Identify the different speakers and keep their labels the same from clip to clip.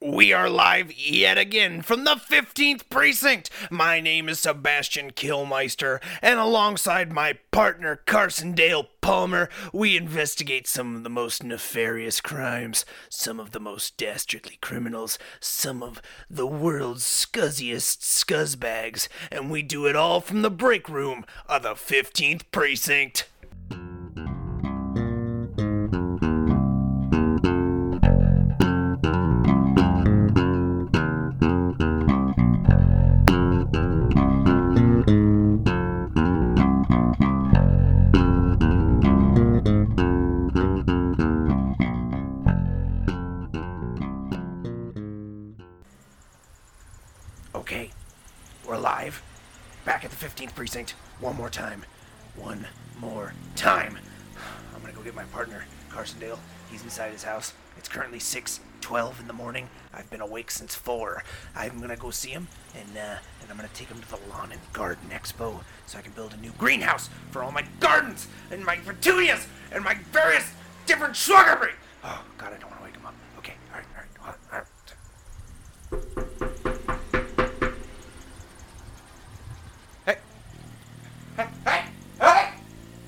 Speaker 1: We are live yet again from the 15th Precinct. My name is Sebastian Killmeister, and alongside my partner Carson Dale Palmer, we investigate some of the most nefarious crimes, some of the most dastardly criminals, some of the world's scuzziest scuzzbags, and we do it all from the break room of the 15th Precinct. Okay, we're live. Back at the 15th precinct. One more time. One more time. I'm gonna go get my partner, Carson Dale. He's inside his house. It's currently 6:12 in the morning. I've been awake since four. I'm gonna go see him, and uh, and I'm gonna take him to the lawn and garden expo so I can build a new greenhouse for all my gardens and my petunias and my various different shrubbery. Oh God, I don't want to wake him up. Okay, all right, all right, all right. All right. Hey! Hey! Hey! Hey!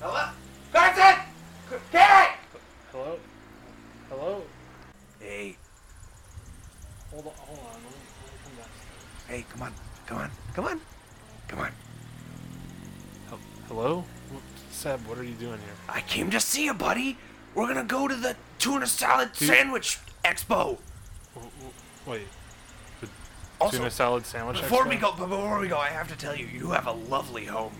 Speaker 1: Hello? Carson! Carrie!
Speaker 2: Hello? Hello?
Speaker 1: Hey,
Speaker 2: Hold on, hold on. Let me, let me come downstairs.
Speaker 1: hey, come on, come on, come on, come on.
Speaker 2: Hel- Hello? What, Seb, what are you doing here?
Speaker 1: I came to see you, buddy. We're gonna go to the tuna salad
Speaker 2: Dude.
Speaker 1: sandwich expo.
Speaker 2: W- w- Wait. The
Speaker 1: Also,
Speaker 2: tuna salad sandwich
Speaker 1: before
Speaker 2: expo?
Speaker 1: we go, but before we go, I have to tell you, you have a lovely home.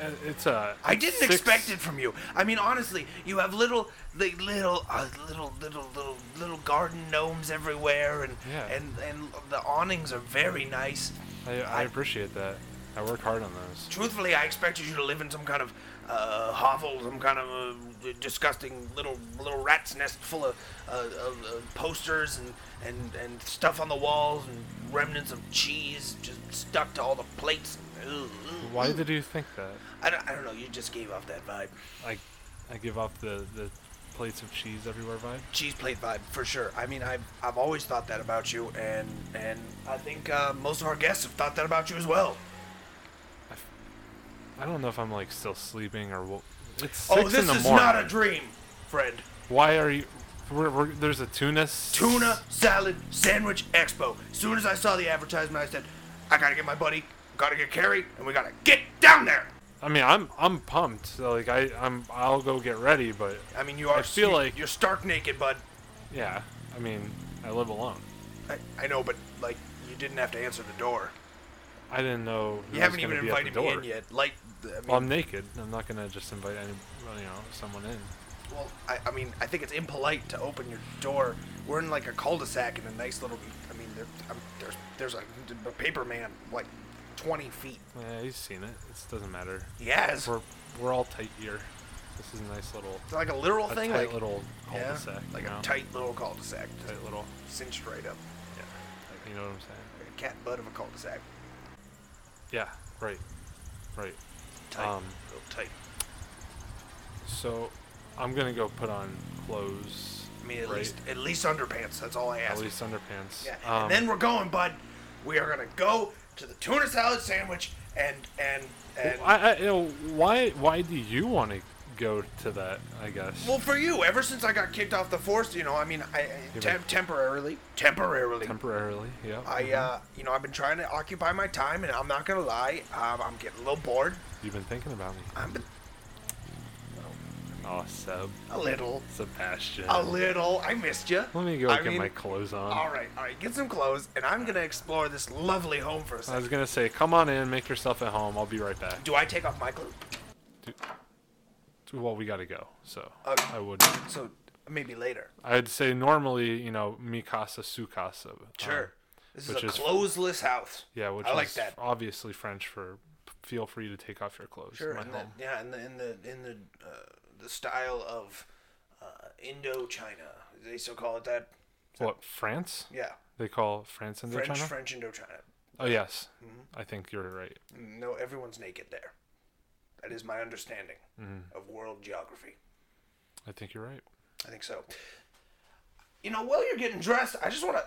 Speaker 2: Uh, It's uh
Speaker 1: I didn't
Speaker 2: six-
Speaker 1: expect it from you. I mean, honestly, you have little, the little, uh, little, little, little, little garden gnomes everywhere, and
Speaker 2: Yeah.
Speaker 1: and and the awnings are very nice.
Speaker 2: I, I appreciate that. I work hard on those.
Speaker 1: Truthfully, I expected you to live in some kind of uh, hovel, some kind of uh, disgusting little little rat's nest full of, uh, of uh, posters and, and, and stuff on the walls and remnants of cheese just stuck to all the plates. Ugh, ugh.
Speaker 2: Why did you think that?
Speaker 1: I don't, I don't know. You just gave off that vibe,
Speaker 2: I I give off the, the plates of cheese everywhere vibe?
Speaker 1: cheese plate vibe for sure. I mean, I've I've always thought that about you, and and I think uh, most of our guests have thought that about you as well.
Speaker 2: I, f- I don't know if I'm like still sleeping or what. It's six
Speaker 1: oh, this
Speaker 2: in the
Speaker 1: is
Speaker 2: morning.
Speaker 1: not a dream, friend.
Speaker 2: Why are you? We're, we're, there's a tuna. s-
Speaker 1: Tuna Salad Sandwich Expo. As soon as I saw the advertisement, I said, I gotta get my buddy, gotta get Carrie, and we gotta get down there.
Speaker 2: I mean, I'm I'm pumped. So, like I I'm I'll go get ready, but
Speaker 1: I mean, you are.
Speaker 2: I feel
Speaker 1: you-
Speaker 2: like-
Speaker 1: you're stark naked, bud.
Speaker 2: yeah, I mean, I live alone.
Speaker 1: I, I know, but like, you didn't have to answer the door.
Speaker 2: I didn't know. who
Speaker 1: You haven't
Speaker 2: was
Speaker 1: even
Speaker 2: gonna be at
Speaker 1: invited
Speaker 2: the
Speaker 1: me
Speaker 2: door. Um,
Speaker 1: in yet. Like, I mean,
Speaker 2: Well, I'm naked. I'm not gonna just invite any, well, you know, someone in.
Speaker 1: well, I, I mean, I think it's impolite to open your door. We're in like a cul-de-sac in a nice little. I mean, there, I'm, there's there's a, a paper man like 20 feet.
Speaker 2: Yeah, he's seen it. It doesn't matter.
Speaker 1: Yes,
Speaker 2: We're we're all tight here. This is a nice little,
Speaker 1: it's like a literal
Speaker 2: a
Speaker 1: thing,
Speaker 2: tight
Speaker 1: like
Speaker 2: little
Speaker 1: yeah,
Speaker 2: cul-de-sac. you
Speaker 1: like
Speaker 2: know?
Speaker 1: a tight little cul-de-sac. Just
Speaker 2: tight little.
Speaker 1: cinched right up,
Speaker 2: Yeah, you know what I'm saying?
Speaker 1: like a cat butt of a cul-de-sac.
Speaker 2: Yeah, right, right.
Speaker 1: Tight,
Speaker 2: Um,
Speaker 1: real tight.
Speaker 2: So, I'm gonna go put on clothes.
Speaker 1: I mean, at
Speaker 2: right?
Speaker 1: least at least underpants. That's all I
Speaker 2: at
Speaker 1: ask.
Speaker 2: least underpants.
Speaker 1: yeah.
Speaker 2: Um,
Speaker 1: and then we're going, bud. We are gonna go to the tuna salad sandwich and and and.
Speaker 2: Well, I, I, you know, why why do you want to go to that? I guess
Speaker 1: well, for you, ever since I got kicked off the force, you know, I mean, I, I
Speaker 2: but-
Speaker 1: tem- temporarily, temporarily,
Speaker 2: temporarily. Yeah.
Speaker 1: I,
Speaker 2: mhm.
Speaker 1: uh, you know, I've been trying to occupy my time, and I'm not gonna lie, um, I'm getting a little bored.
Speaker 2: You've been thinking about me.
Speaker 1: I'm
Speaker 2: Oh, Seb,
Speaker 1: a little,
Speaker 2: Sebastian.
Speaker 1: a little. I missed you.
Speaker 2: Let me go
Speaker 1: I
Speaker 2: get
Speaker 1: mean,
Speaker 2: my clothes on.
Speaker 1: All right, all right. Get some clothes, and I'm gonna explore this lovely home for a
Speaker 2: I
Speaker 1: second.
Speaker 2: was gonna say, come on in, make yourself at home. I'll be right back.
Speaker 1: Do I take off my clothes?
Speaker 2: Well, we gotta go, so
Speaker 1: Okay.
Speaker 2: I would. not
Speaker 1: So maybe later.
Speaker 2: I'd say normally, you know, mi casa su casa. um,
Speaker 1: Sure. Uh, this is
Speaker 2: which
Speaker 1: a
Speaker 2: is-
Speaker 1: clothesless house.
Speaker 2: yeah, which
Speaker 1: I like
Speaker 2: is
Speaker 1: that.
Speaker 2: obviously French for feel free to take off your clothes.
Speaker 1: Sure.
Speaker 2: My
Speaker 1: And the,
Speaker 2: home.
Speaker 1: yeah, in the in the in the uh, the style of uh, Indochina. They still call it that.
Speaker 2: What France?
Speaker 1: Yeah.
Speaker 2: They call France Indochina.
Speaker 1: French French Indochina.
Speaker 2: Oh yes,
Speaker 1: Mm-hmm.
Speaker 2: I think you're right.
Speaker 1: No, everyone's naked there. That is my understanding
Speaker 2: Mm-hmm.
Speaker 1: of world geography.
Speaker 2: I think you're right.
Speaker 1: I think so. you know, while you're getting dressed, I just want to,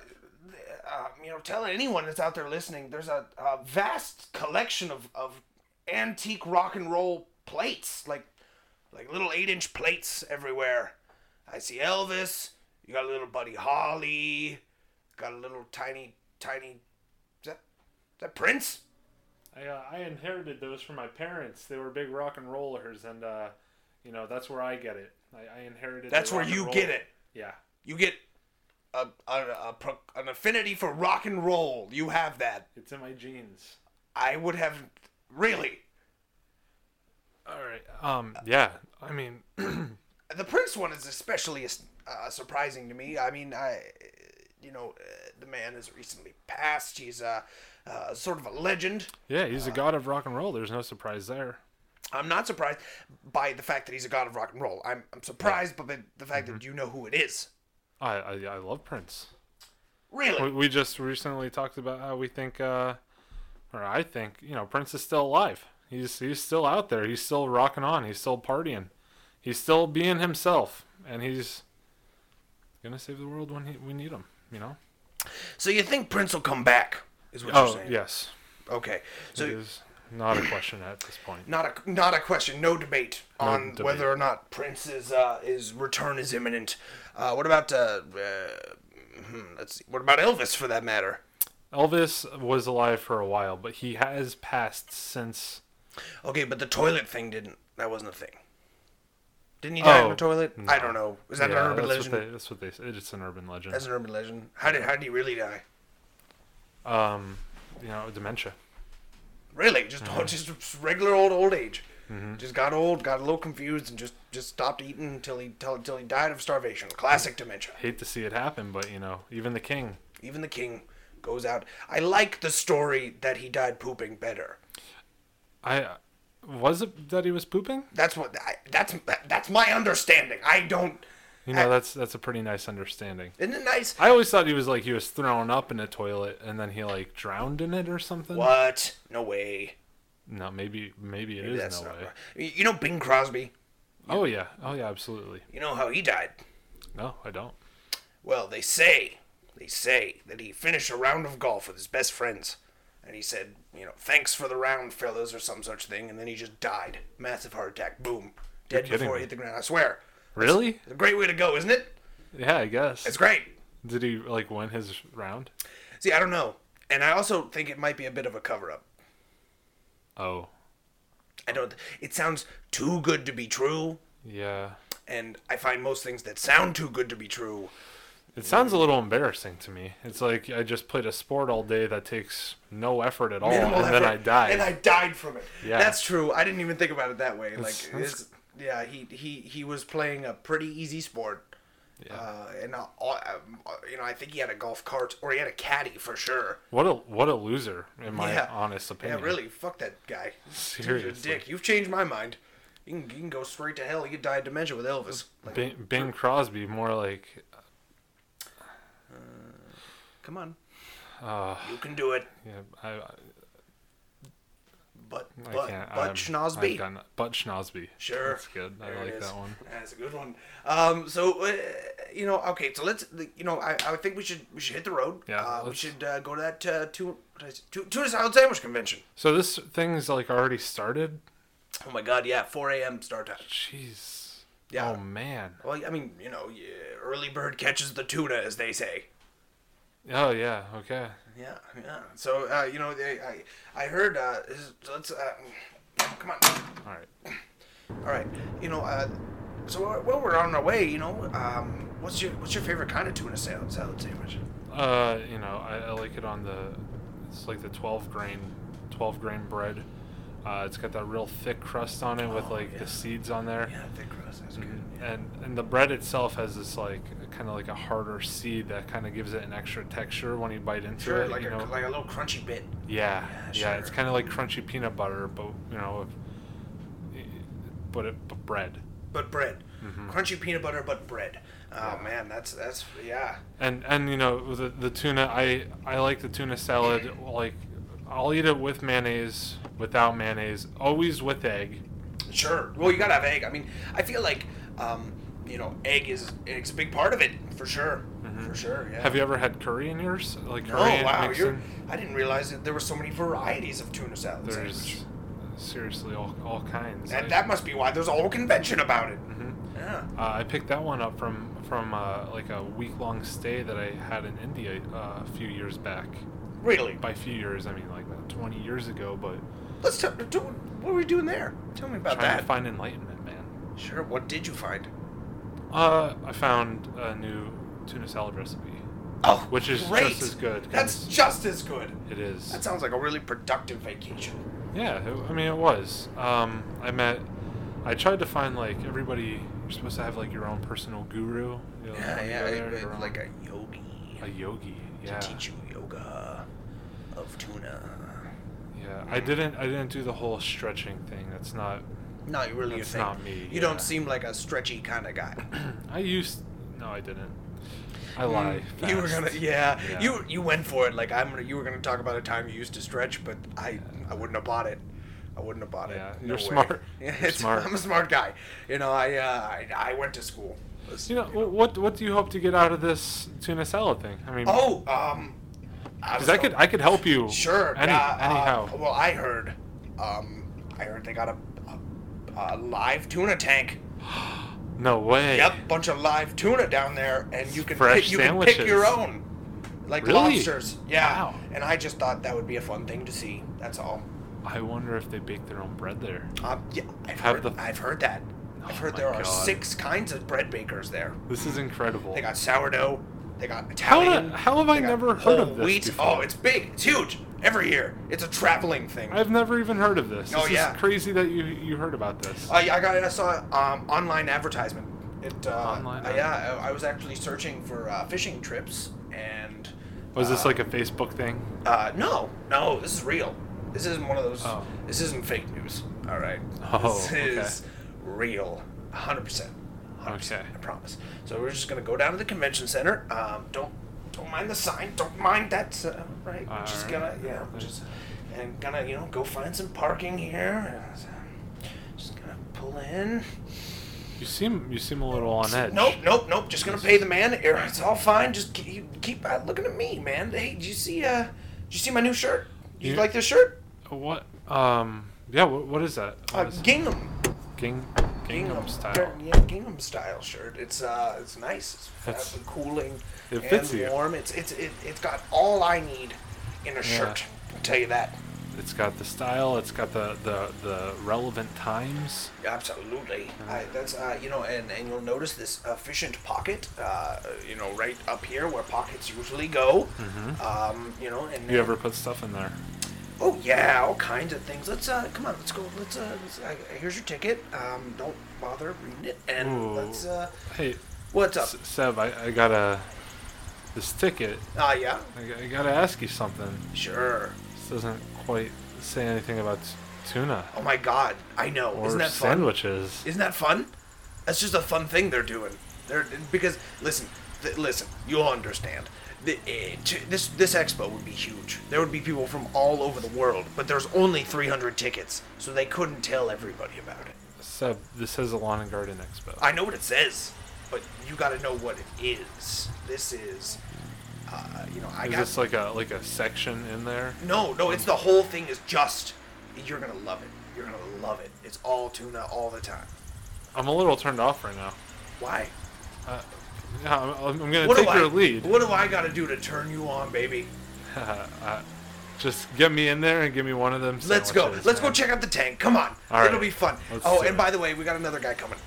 Speaker 1: uh, you know, tell anyone that's out there listening. There's a, a vast collection of, of antique rock and roll plates, like like little eight inch plates everywhere. I see Elvis. You got a little Buddy Holly. Got a little tiny tiny. Is that, is that Prince?
Speaker 3: I, uh, I inherited those from my parents. They were big rock and rollers, and uh, you know that's where I get it. I, I inherited. the
Speaker 1: That's where
Speaker 3: rock and
Speaker 1: you
Speaker 3: roll-
Speaker 1: get it.
Speaker 3: Yeah,
Speaker 1: You get a, a, a pro- an affinity for rock and roll. You have that.
Speaker 3: it's in my genes.
Speaker 1: I would have really.
Speaker 2: All right. Um. Yeah. I mean,
Speaker 1: The Prince one is especially uh, surprising to me. I mean, I, you know, uh, the man has recently passed. He's uh, uh, sort of a legend.
Speaker 2: yeah, he's a god of rock and roll. There's no surprise there.
Speaker 1: I'm not surprised by the fact that he's a god of rock and roll. I'm, I'm surprised by the fact that you know who it is.
Speaker 2: I I, I love Prince.
Speaker 1: Really?
Speaker 2: We, we just recently talked about how we think, uh, or I think, you know, Prince is still alive. He's he's still out there. He's still rocking on. He's still partying. He's still being himself, and he's gonna save the world when he, we need him. You know.
Speaker 1: So you think Prince will come back? Is what you're
Speaker 2: Oh
Speaker 1: saying?
Speaker 2: yes,
Speaker 1: Okay. So
Speaker 2: it is not a question at this point.
Speaker 1: not a not a question, no debate on
Speaker 2: debate.
Speaker 1: whether or not Prince's uh, his return is imminent. Uh, what about uh, uh, hmm, let's see, what about Elvis for that matter?
Speaker 2: Elvis was alive for a while, but he has passed since.
Speaker 1: Okay, but the toilet thing didn't. That wasn't a thing. Didn't he die in
Speaker 2: Oh,
Speaker 1: the toilet?
Speaker 2: no.
Speaker 1: I don't know. Is that
Speaker 2: Yeah,
Speaker 1: an urban
Speaker 2: that's
Speaker 1: legend?
Speaker 2: What they, that's what they said. It's an urban legend.
Speaker 1: That's an urban legend. How did how did he really die?
Speaker 2: um, you know, dementia.
Speaker 1: Really, just
Speaker 2: Mm-hmm.
Speaker 1: just regular old old age. Just got old, got a little confused, and just just stopped eating until he till, till he died of starvation. Classic dementia.
Speaker 2: Hate to see it happen, but you know, even the king.
Speaker 1: Even the king goes out. I like the story that he died pooping better.
Speaker 2: I was it that he was pooping.
Speaker 1: That's what I, that's that's my understanding. I don't.
Speaker 2: You know,
Speaker 1: I-
Speaker 2: that's that's a pretty nice understanding.
Speaker 1: Isn't it nice?
Speaker 2: I always thought he was like he was thrown up in a toilet and then he like drowned in it or something.
Speaker 1: What? No way.
Speaker 2: No, maybe maybe it is
Speaker 1: That's
Speaker 2: no
Speaker 1: not
Speaker 2: way.
Speaker 1: right. Y- You know Bing Crosby.
Speaker 2: Oh yeah, oh yeah, absolutely.
Speaker 1: You know how he died.
Speaker 2: No, I don't.
Speaker 1: Well, they say, they say that he finished a round of golf with his best friends, and he said, you know, thanks for the round, fellas, or some such thing, and then he just died. Massive heart attack. Boom. Dead
Speaker 2: kidding
Speaker 1: before he
Speaker 2: me.
Speaker 1: hit the ground. I swear.
Speaker 2: Really?
Speaker 1: It's a great way to go, isn't it?
Speaker 2: Yeah, I guess.
Speaker 1: It's great.
Speaker 2: Did he like win his round?
Speaker 1: See, I don't know. And I also think it might be a bit of a cover up.
Speaker 2: Oh,
Speaker 1: I don't it sounds too good to be true,
Speaker 2: yeah.
Speaker 1: and I find most things that sound too good to be true.
Speaker 2: It sounds a little embarrassing to me. It's like I just played a sport all day that takes no effort at all,
Speaker 1: minimal
Speaker 2: Oh, and then I
Speaker 1: effort,
Speaker 2: died.
Speaker 1: And I died from it.
Speaker 2: Yeah.
Speaker 1: That's true. I didn't even think about it that way. Like
Speaker 2: That's-
Speaker 1: it's, yeah, he, he he was playing a pretty easy sport.
Speaker 2: Yeah.
Speaker 1: Uh, and uh, all- um, uh, you know, I think he had a golf cart or he had a caddy for sure.
Speaker 2: What a what a loser, in my
Speaker 1: Yeah.
Speaker 2: honest
Speaker 1: Yeah,
Speaker 2: opinion.
Speaker 1: really. Fuck that guy. Dude's a
Speaker 2: Seriously.
Speaker 1: dick. You've changed my mind. You can, you can go straight to hell. You could die of dementia with Elvis. Like,
Speaker 2: Bing, Bing Crosby, more like
Speaker 1: come on.
Speaker 2: uh,
Speaker 1: You can do it.
Speaker 2: yeah, I, I
Speaker 1: But
Speaker 2: I
Speaker 1: but
Speaker 2: can't.
Speaker 1: but
Speaker 2: I'm- I've
Speaker 1: Schnosby.
Speaker 2: done- but Schnosby.
Speaker 1: Sure.
Speaker 2: that's good.
Speaker 1: There
Speaker 2: I
Speaker 1: it
Speaker 2: like
Speaker 1: is.
Speaker 2: that one.
Speaker 1: That's a good one. Um, so uh, you know, okay, so let's the- you know, I, I think we should we should hit the road.
Speaker 2: Yeah,
Speaker 1: uh, we
Speaker 2: let's-
Speaker 1: should uh, go to that uh, two two tuna salad sandwich convention.
Speaker 2: So this thing's like already started.
Speaker 1: Oh my God, yeah, 4 a.m. start time.
Speaker 2: Jeez.
Speaker 1: Yeah.
Speaker 2: Oh man.
Speaker 1: Well, I mean, you know, yeah, early bird catches the tuna, as they say.
Speaker 2: Oh yeah. Okay.
Speaker 1: Yeah, yeah. So uh, you know, they, I I heard. Uh, is- so let's uh, come on.
Speaker 2: All right.
Speaker 1: All right, you know, uh, so while we're on our way, you know, um, what's your what's your favorite kind of tuna salad salad sandwich?
Speaker 2: Uh, you know, I, I like it on the. It's like the twelve grain, twelve grain bread. Uh, it's got that real thick crust on it with
Speaker 1: Oh,
Speaker 2: like
Speaker 1: yeah.
Speaker 2: the seeds on there.
Speaker 1: Yeah, thick crust. That's good. Yeah.
Speaker 2: and and the bread itself has this like kind of like a harder seed that kind of gives it an extra texture when you bite into
Speaker 1: Sure,
Speaker 2: it.
Speaker 1: like
Speaker 2: you
Speaker 1: a,
Speaker 2: know?
Speaker 1: like a little crunchy bit.
Speaker 2: yeah, yeah,
Speaker 1: yeah,
Speaker 2: It's
Speaker 1: sure.
Speaker 2: kind of like crunchy peanut butter, but you know, if, but it, but bread.
Speaker 1: but bread. Crunchy peanut butter, but bread. Oh man, that's that's yeah.
Speaker 2: And and you know the the tuna. I I like the tuna salad. Like I'll eat it with mayonnaise, without mayonnaise, always with egg.
Speaker 1: Sure. Well, you gotta have egg. I mean, I feel like um, you know, egg is it's a big part of it for sure. for sure. Yeah.
Speaker 2: Have you ever had curry in yours? Like
Speaker 1: Oh
Speaker 2: curry
Speaker 1: wow,
Speaker 2: mixed
Speaker 1: you're,
Speaker 2: in?
Speaker 1: I didn't realize that there were so many varieties of tuna salad sandwich.
Speaker 2: There's seriously all, all kinds. I-
Speaker 1: That, that must be why there's a whole convention about it. Yeah.
Speaker 2: Uh, I picked that one up from from uh, like a week long stay that I had in India uh, a few years back.
Speaker 1: Really?
Speaker 2: By a few years, I mean like about 20 years ago. But
Speaker 1: Let's tell. do- What were we doing there? Tell me about
Speaker 2: trying
Speaker 1: that.
Speaker 2: to find enlightenment, man.
Speaker 1: sure. What did you find?
Speaker 2: Uh, I found a new tuna salad recipe.
Speaker 1: Oh,
Speaker 2: Which is
Speaker 1: great.
Speaker 2: just as good, 'cause-
Speaker 1: That's just as good.
Speaker 2: It is.
Speaker 1: That sounds like a really productive vacation.
Speaker 2: Yeah, it, I mean it was. Um, I met. I tried to find like everybody. You're supposed to have like your own personal guru. You know, like,
Speaker 1: Yeah,
Speaker 2: when you
Speaker 1: yeah,
Speaker 2: go
Speaker 1: it-
Speaker 2: there,
Speaker 1: it-
Speaker 2: your own-
Speaker 1: like a yogi
Speaker 2: a yogi. Yeah.
Speaker 1: to teach you yoga of tuna.
Speaker 2: Yeah. I didn't. I didn't do the whole stretching thing. That's not.
Speaker 1: Not really
Speaker 2: That's
Speaker 1: a thing.
Speaker 2: not me,
Speaker 1: You
Speaker 2: yeah.
Speaker 1: don't seem like a stretchy kind of guy.
Speaker 2: I used. No, I didn't. I lie.
Speaker 1: Mm. You were
Speaker 2: fast.
Speaker 1: gonna, yeah,
Speaker 2: Yeah.
Speaker 1: You you went for it. Like I'm, gonna, you were gonna talk about a time you used to stretch, but I I wouldn't have bought it. I wouldn't have bought
Speaker 2: Yeah,
Speaker 1: it.
Speaker 2: you're
Speaker 1: way.
Speaker 2: smart. You're
Speaker 1: it's-
Speaker 2: smart.
Speaker 1: I'm a smart guy. You know, I uh, I, I went to school. It's-
Speaker 2: You know wh- what? What do you hope to get out of this tuna salad thing? I mean,
Speaker 1: Oh, um, I was
Speaker 2: because I could. I could help you.
Speaker 1: sure.
Speaker 2: Any,
Speaker 1: yeah, uh,
Speaker 2: anyhow.
Speaker 1: well, I heard, um, I heard they got a, a, a live tuna tank.
Speaker 2: no way.
Speaker 1: Yep, bunch of live tuna down there, and you can
Speaker 2: Fresh
Speaker 1: pick, you can pick your
Speaker 2: sandwiches.
Speaker 1: own, like
Speaker 2: Really?
Speaker 1: lobsters. Yeah.
Speaker 2: Wow.
Speaker 1: And I just thought that would be a fun thing to see. That's all.
Speaker 2: I wonder if they bake their own bread there.
Speaker 1: Um, yeah, I've
Speaker 2: Have
Speaker 1: heard,
Speaker 2: the-
Speaker 1: I've heard that. I've
Speaker 2: Oh
Speaker 1: heard
Speaker 2: my
Speaker 1: there are
Speaker 2: God.
Speaker 1: six kinds of bread bakers there.
Speaker 2: This is incredible.
Speaker 1: They got sourdough. They got
Speaker 2: How, did-
Speaker 1: Italian.
Speaker 2: how have
Speaker 1: they
Speaker 2: I
Speaker 1: got
Speaker 2: never heard
Speaker 1: whole
Speaker 2: of this?
Speaker 1: Wheat.
Speaker 2: before?
Speaker 1: Oh, it's big. It's huge. Every year, it's a traveling thing.
Speaker 2: I've never even heard of this.
Speaker 1: Oh,
Speaker 2: this
Speaker 1: yeah.
Speaker 2: is crazy that you you heard about this.
Speaker 1: I, I got I saw um, online advertisement. It uh,
Speaker 2: Online
Speaker 1: uh, yeah, I, I was actually searching for uh, fishing trips and.
Speaker 2: Was this
Speaker 1: uh,
Speaker 2: like a Facebook thing?
Speaker 1: Uh, no, no, this is real. This isn't one of those.
Speaker 2: Oh.
Speaker 1: This isn't fake news. All right.
Speaker 2: Oh,
Speaker 1: this
Speaker 2: okay.
Speaker 1: is real, 100 percent. 100 percent.
Speaker 2: Okay.
Speaker 1: I promise. So we're just gonna go down to the convention center. Um, don't don't mind the sign. Don't mind that. Uh, right. We're just
Speaker 2: Alright.
Speaker 1: gonna yeah. We're just and gonna you know go find some parking here. And, uh, just gonna pull in.
Speaker 2: You seem you seem a little on edge.
Speaker 1: Nope, nope, nope. Just gonna pay the man. It's all fine. Just keep, keep uh, looking at me, man. Hey, did you see? Uh, did you see my new shirt? You
Speaker 2: Yeah.
Speaker 1: like this shirt?
Speaker 2: What? Um. Yeah. What, what is that? What
Speaker 1: Uh,
Speaker 2: is-
Speaker 1: gingham,
Speaker 2: Ging, Gingham, style.
Speaker 1: yeah, gingham style shirt. It's uh, it's nice. It's
Speaker 2: That's-
Speaker 1: fast and cooling
Speaker 2: it fits
Speaker 1: and
Speaker 2: you.
Speaker 1: warm. It's it's it, it's got all I need in a shirt. I'll tell you that.
Speaker 2: It's got the style. It's got the the the relevant times.
Speaker 1: Absolutely. I, that's uh, you know, and, and you'll notice this efficient pocket, uh, you know, right up here where pockets usually go. Um, you know, and
Speaker 2: Mm-hmm. You ever put stuff in there?
Speaker 1: Oh yeah, all kinds of things. Let's uh, come on, let's go. Let's uh, let's, uh here's your ticket. Um, don't bother reading it, and
Speaker 2: Ooh.
Speaker 1: let's uh,
Speaker 2: Hey,
Speaker 1: what's up?
Speaker 2: S- Seb, I, I gotta this ticket.
Speaker 1: Ah, yeah,
Speaker 2: I, g- I gotta ask you something.
Speaker 1: sure.
Speaker 2: This doesn't quite say anything about t- tuna
Speaker 1: Oh my God, I know.
Speaker 2: or
Speaker 1: Isn't that fun?
Speaker 2: sandwiches.
Speaker 1: Isn't that fun? That's just a fun thing they're doing. They're because listen, th- listen, you'll understand. The, eh, t- this this expo would be huge. There would be people from all over the world, but there's only 300 tickets, so they couldn't tell everybody about it.
Speaker 2: Seb, this is a lawn and garden expo.
Speaker 1: I know what it says, but you got to know what it is. This is, uh, you know, I
Speaker 2: is
Speaker 1: got
Speaker 2: this like a like a section in there?
Speaker 1: no, no. It's the whole thing is just. You're gonna love it. You're gonna love it. It's all tuna all the time.
Speaker 2: I'm a little turned off right now.
Speaker 1: Why?
Speaker 2: Uh, yeah, I'm, I'm I'm gonna
Speaker 1: What
Speaker 2: take
Speaker 1: do
Speaker 2: your
Speaker 1: I?
Speaker 2: lead.
Speaker 1: What do I got to do to turn you on, baby?
Speaker 2: uh, just get me in there and give me one of them.
Speaker 1: Let's go.
Speaker 2: sandwiches,
Speaker 1: Let's go
Speaker 2: man.
Speaker 1: check out the tank. Come on.
Speaker 2: All right.
Speaker 1: It'll be fun.
Speaker 2: Let's
Speaker 1: oh,
Speaker 2: do
Speaker 1: and
Speaker 2: it.
Speaker 1: by the way, we got another guy coming.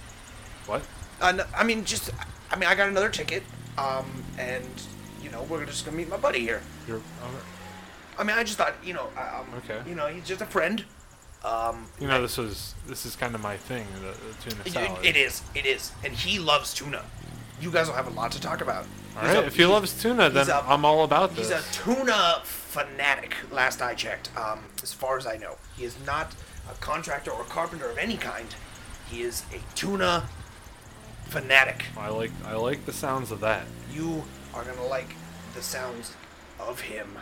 Speaker 2: What?
Speaker 1: Uh, no, I mean, just. I mean, I got another ticket. Um, and you know, we're just gonna meet my buddy here.
Speaker 2: You're, oh,
Speaker 1: I mean, I just thought, you know, um,
Speaker 2: Okay.
Speaker 1: you know, he's just a friend. Um,
Speaker 2: you know, this was this is kind of my thing, the, the tuna
Speaker 1: it-
Speaker 2: salad.
Speaker 1: it is, it is, and he loves tuna. You guys will have a lot to talk about.
Speaker 2: All
Speaker 1: He's
Speaker 2: right.
Speaker 1: a-
Speaker 2: if he loves tuna, then
Speaker 1: a-
Speaker 2: I'm all about this.
Speaker 1: he's a tuna fanatic. Last I checked, um, as far as I know, he is not a contractor or carpenter of any kind. He is a tuna fanatic.
Speaker 2: I like I like the sounds of that.
Speaker 1: You are gonna like the sounds of him.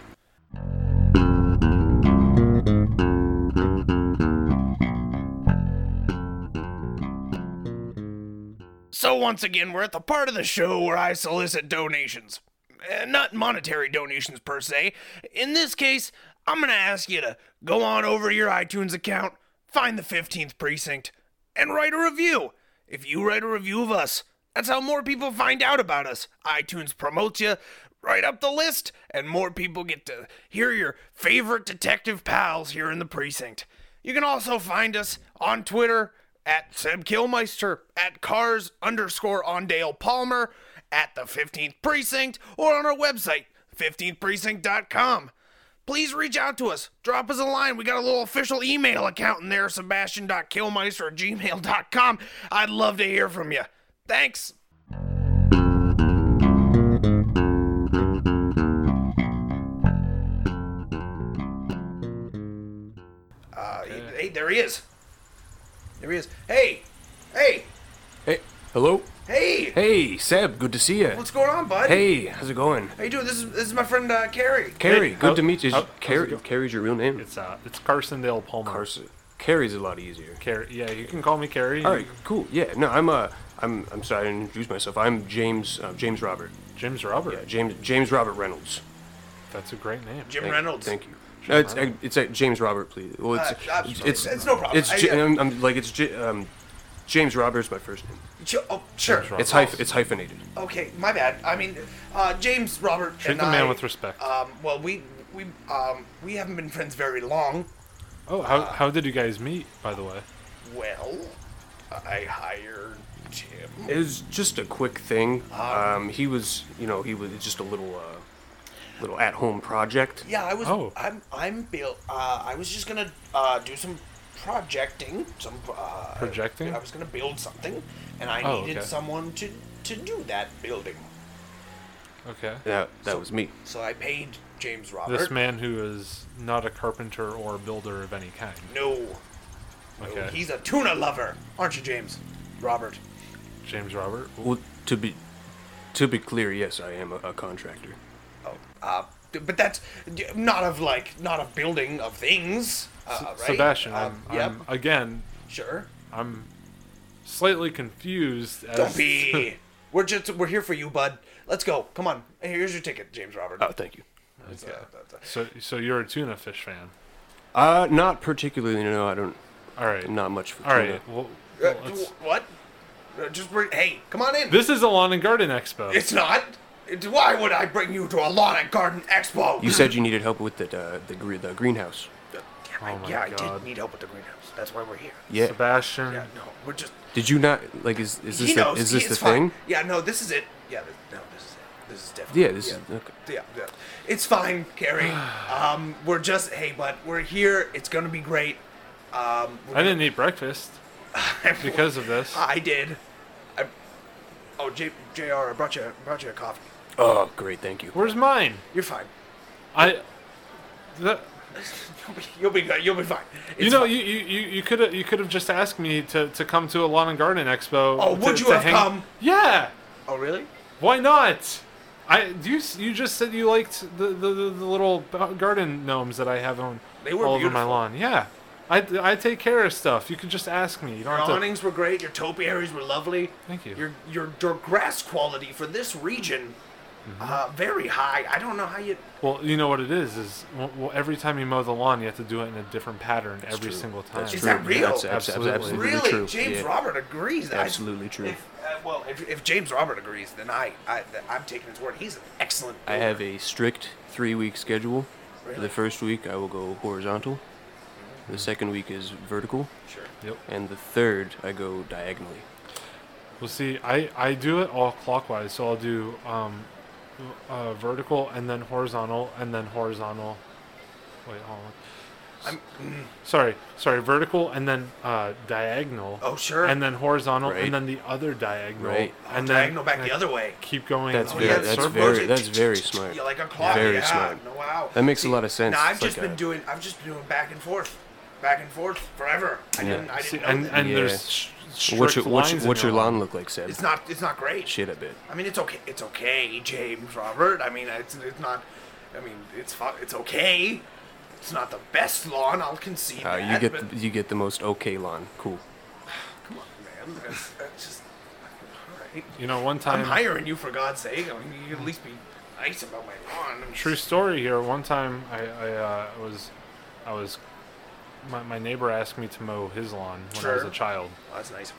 Speaker 1: So once again, we're at the part of the show where I solicit donations. Eh, Not monetary donations per se. In this case, I'm going to ask you to go on over to your iTunes account, find the 15th Precinct, and write a review. If you write a review of us, that's how more people find out about us. iTunes promotes you right up the list, and more people get to hear your favorite detective pals here in the precinct. You can also find us on Twitter at Seb Kilmeister, at cars underscore on Dale Palmer, at the 15th Precinct, or on our website, 15thprecinct.com please reach out to us. Drop us a line. We got a little official email account in there, sebastian.killmeister at gmail.com. I'd love to hear from you. Thanks. Uh, hey, there he is. There he is. Hey, hey,
Speaker 4: Hey, hello.
Speaker 1: hey.
Speaker 4: Hey, Seb. Good to see you.
Speaker 1: What's going on, bud?
Speaker 4: Hey, how's it going?
Speaker 1: How you doing? This is, this is my friend uh, Carrie.
Speaker 4: Carrie.
Speaker 2: how-
Speaker 4: good to meet you. Is-
Speaker 2: how- how's it
Speaker 4: Carrie.
Speaker 2: going?
Speaker 4: Carrie's your real name.
Speaker 2: It's uh, it's Carsondale Palmer.
Speaker 4: Carson. Carrie's a lot easier.
Speaker 2: Car- yeah, you can call me Carrie.
Speaker 4: All right. Cool. Yeah. No, I'm uh, I'm I'm sorry. I didn't introduce myself. I'm James. Uh, James Robert.
Speaker 2: Jim's Robert.
Speaker 4: Yeah. James. James Robert Reynolds.
Speaker 2: That's a great name.
Speaker 1: Jim
Speaker 4: Thank-
Speaker 1: Reynolds.
Speaker 4: Thank you. No, it's, uh, it's uh, James Robert, please. Well, it's
Speaker 1: Uh, I'm sorry.
Speaker 4: it's,
Speaker 1: It's no problem.
Speaker 4: It's
Speaker 1: I-
Speaker 4: J-
Speaker 1: I-
Speaker 4: I'm, I'm like it's J- um, James Robert's my first name.
Speaker 1: Sure- Oh, sure. Oh,
Speaker 2: Robert.
Speaker 4: It's hyph- it's hyphenated.
Speaker 1: Okay, my bad. I mean, uh, James Robert
Speaker 2: Treat
Speaker 1: and
Speaker 2: the man
Speaker 1: I,
Speaker 2: with respect.
Speaker 1: Um, well, we we um, we haven't been friends very long.
Speaker 2: Oh, how, how did you guys meet, by the way?
Speaker 1: Well, I hired Jim.
Speaker 4: It was just a quick thing.
Speaker 1: Ah.
Speaker 4: Um, he was, you know, he was just a little, uh, little at-home project.
Speaker 1: Yeah, I was.
Speaker 2: Oh.
Speaker 1: I'm I'm Bill. Uh, I was just gonna uh, do some projecting. Some uh,
Speaker 2: Projecting?
Speaker 1: I was gonna build something, and I
Speaker 2: Oh,
Speaker 1: needed
Speaker 2: okay.
Speaker 1: someone to to do that building.
Speaker 2: Okay.
Speaker 4: That, that was me.
Speaker 1: So I paid James Robert.
Speaker 2: This man who is not a carpenter or builder of any kind.
Speaker 1: No. No,
Speaker 2: Okay.
Speaker 1: He's a tuna lover, aren't you, James? Robert.
Speaker 2: James Robert.
Speaker 4: Well, to be, to be clear, yes, I am a, a contractor.
Speaker 1: Oh, uh, but that's not of like not of building of things, uh, right?
Speaker 2: Sebastian,
Speaker 1: Um,
Speaker 2: I'm,
Speaker 1: yep.
Speaker 2: I'm- again
Speaker 1: sure.
Speaker 2: I'm slightly confused. As
Speaker 1: Don't be. we're just we're here for you, bud. Let's go. Come on. Here's your ticket, James Robert.
Speaker 4: Oh, thank you.
Speaker 1: It's, uh, that's, uh,
Speaker 2: so so you're a tuna fish fan.
Speaker 4: Uh, not particularly. No, I don't.
Speaker 2: All right.
Speaker 4: Not much for
Speaker 2: All
Speaker 4: tuna.
Speaker 2: right. Well,
Speaker 1: uh,
Speaker 2: well, let's-
Speaker 1: wh- what? Uh, Just bring, hey, come on in.
Speaker 2: this is a lawn and garden expo.
Speaker 1: it's not. It's, why would I bring you to a lawn and garden expo?
Speaker 4: You said you needed help with the uh, the, gre- the
Speaker 1: I-
Speaker 4: greenhouse.
Speaker 2: Oh my
Speaker 1: yeah, I
Speaker 2: God.
Speaker 1: did need help with the greenhouse. That's why we're here.
Speaker 4: Yeah.
Speaker 2: Sebastian.
Speaker 1: Yeah, no, we're just.
Speaker 4: Did you not like? Is is this
Speaker 1: he
Speaker 4: the,
Speaker 1: knows.
Speaker 4: is
Speaker 1: He-
Speaker 4: this the
Speaker 1: it's fine.
Speaker 4: thing?
Speaker 1: Yeah, no, this is it. Yeah, this, no, this is it. This is definitely.
Speaker 4: Yeah. This is okay.
Speaker 1: Yeah, yeah. It's fine, Carrie. Um, we're just hey, but we're here. It's gonna be great. Um, we're
Speaker 2: I didn't eat breakfast
Speaker 1: gonna-
Speaker 2: because of this.
Speaker 1: I did. I, oh, J, Jr. I brought you brought you a coffee.
Speaker 4: Oh, great. Thank you.
Speaker 2: Where's mine?
Speaker 1: You're fine.
Speaker 2: I. That,
Speaker 1: You'll be you'll be good. You'll be fine. It's
Speaker 2: you know,
Speaker 1: fine.
Speaker 2: you you you you could have you could have just asked me to, to come to a lawn and garden expo.
Speaker 1: Oh,
Speaker 2: to-
Speaker 1: would you
Speaker 2: to
Speaker 1: have come?
Speaker 2: Yeah,
Speaker 1: Oh, really?
Speaker 2: why not? I do. You, s- you just said you liked the, the, the, the little b- garden gnomes that I have on
Speaker 1: They were
Speaker 2: all over my
Speaker 1: beautiful.
Speaker 2: lawn. Yeah, I, I take care of stuff. You could just ask me. You don't
Speaker 1: Your
Speaker 2: have to.
Speaker 1: awnings were great. Your topiaries were lovely.
Speaker 2: Thank you.
Speaker 1: Your your, your grass quality for this region,
Speaker 2: Mm-hmm.
Speaker 1: uh, very high. I don't know how you.
Speaker 2: Well, you know what it is is well, well, every time you mow the lawn, you have to do it in a different pattern every
Speaker 4: true.
Speaker 2: single time.
Speaker 4: That's
Speaker 1: Is
Speaker 4: true.
Speaker 1: that real?
Speaker 4: That's, abs-
Speaker 2: Absolutely.
Speaker 4: absolutely
Speaker 1: Really,
Speaker 4: true.
Speaker 1: James
Speaker 4: yeah.
Speaker 1: Robert agrees. I-
Speaker 4: Absolutely true.
Speaker 1: If, uh, well, if, if James Robert agrees, then I, I th- I'm taking his word. He's an excellent.
Speaker 4: I have a strict three week schedule. For
Speaker 1: Really?
Speaker 4: the first week, I will go horizontal. The second week is vertical.
Speaker 1: Sure.
Speaker 2: Yep.
Speaker 4: And the third, I go diagonally.
Speaker 2: Well, see, I, I do it all clockwise, so I'll do um, uh, vertical and then horizontal and then horizontal. Wait, hold on.
Speaker 1: I'm, mm,
Speaker 2: Sorry, sorry, vertical and then uh, diagonal.
Speaker 1: oh, sure.
Speaker 2: And then horizontal
Speaker 4: Right.
Speaker 2: and then the other diagonal.
Speaker 4: Right.
Speaker 1: oh,
Speaker 2: And then
Speaker 1: diagonal back
Speaker 2: and
Speaker 1: the
Speaker 2: I
Speaker 1: other way.
Speaker 2: Keep going.
Speaker 4: That's
Speaker 2: in
Speaker 4: very-
Speaker 2: that
Speaker 4: that's
Speaker 2: circle.
Speaker 4: very-
Speaker 1: rotate-
Speaker 4: that's very smart.
Speaker 1: Yeah, like a clock.
Speaker 4: Very
Speaker 1: yeah.
Speaker 4: smart.
Speaker 1: No, wow.
Speaker 4: That makes a lot of sense.
Speaker 1: Now I've
Speaker 4: It's
Speaker 1: just
Speaker 4: like
Speaker 1: been
Speaker 4: a-
Speaker 1: doing. I've just been doing back and forth, back and forth forever. I
Speaker 4: Yeah.
Speaker 1: didn't. I didn't
Speaker 2: See,
Speaker 1: know
Speaker 2: and
Speaker 1: that.
Speaker 2: and
Speaker 4: Yeah.
Speaker 2: there's sh-
Speaker 4: What's
Speaker 2: strict
Speaker 4: your, what's,
Speaker 2: lines
Speaker 4: your-
Speaker 2: in
Speaker 4: what's your
Speaker 2: lawn.
Speaker 4: lawn look like, Seb?
Speaker 1: it's not. It's not great.
Speaker 4: Shit a bit.
Speaker 1: I mean, it's okay. It's okay, James Robert. I mean, it's it's not. I mean, it's fu- It's okay. It's not the best lawn. I'll concede
Speaker 4: Uh,
Speaker 1: that.
Speaker 4: you get
Speaker 1: but
Speaker 4: the, you get the most okay lawn. Cool.
Speaker 1: come on, man. That's, that's just all right.
Speaker 2: You know, one
Speaker 1: I'm
Speaker 2: time.
Speaker 1: hiring you for God's sake. I mean, you can at least be nice about my lawn. I mean,
Speaker 2: true story here. One time, I, I uh, was, I was, my, my neighbor asked me to mow his lawn when I was
Speaker 1: Sure.
Speaker 2: a child.
Speaker 1: well, that's nice.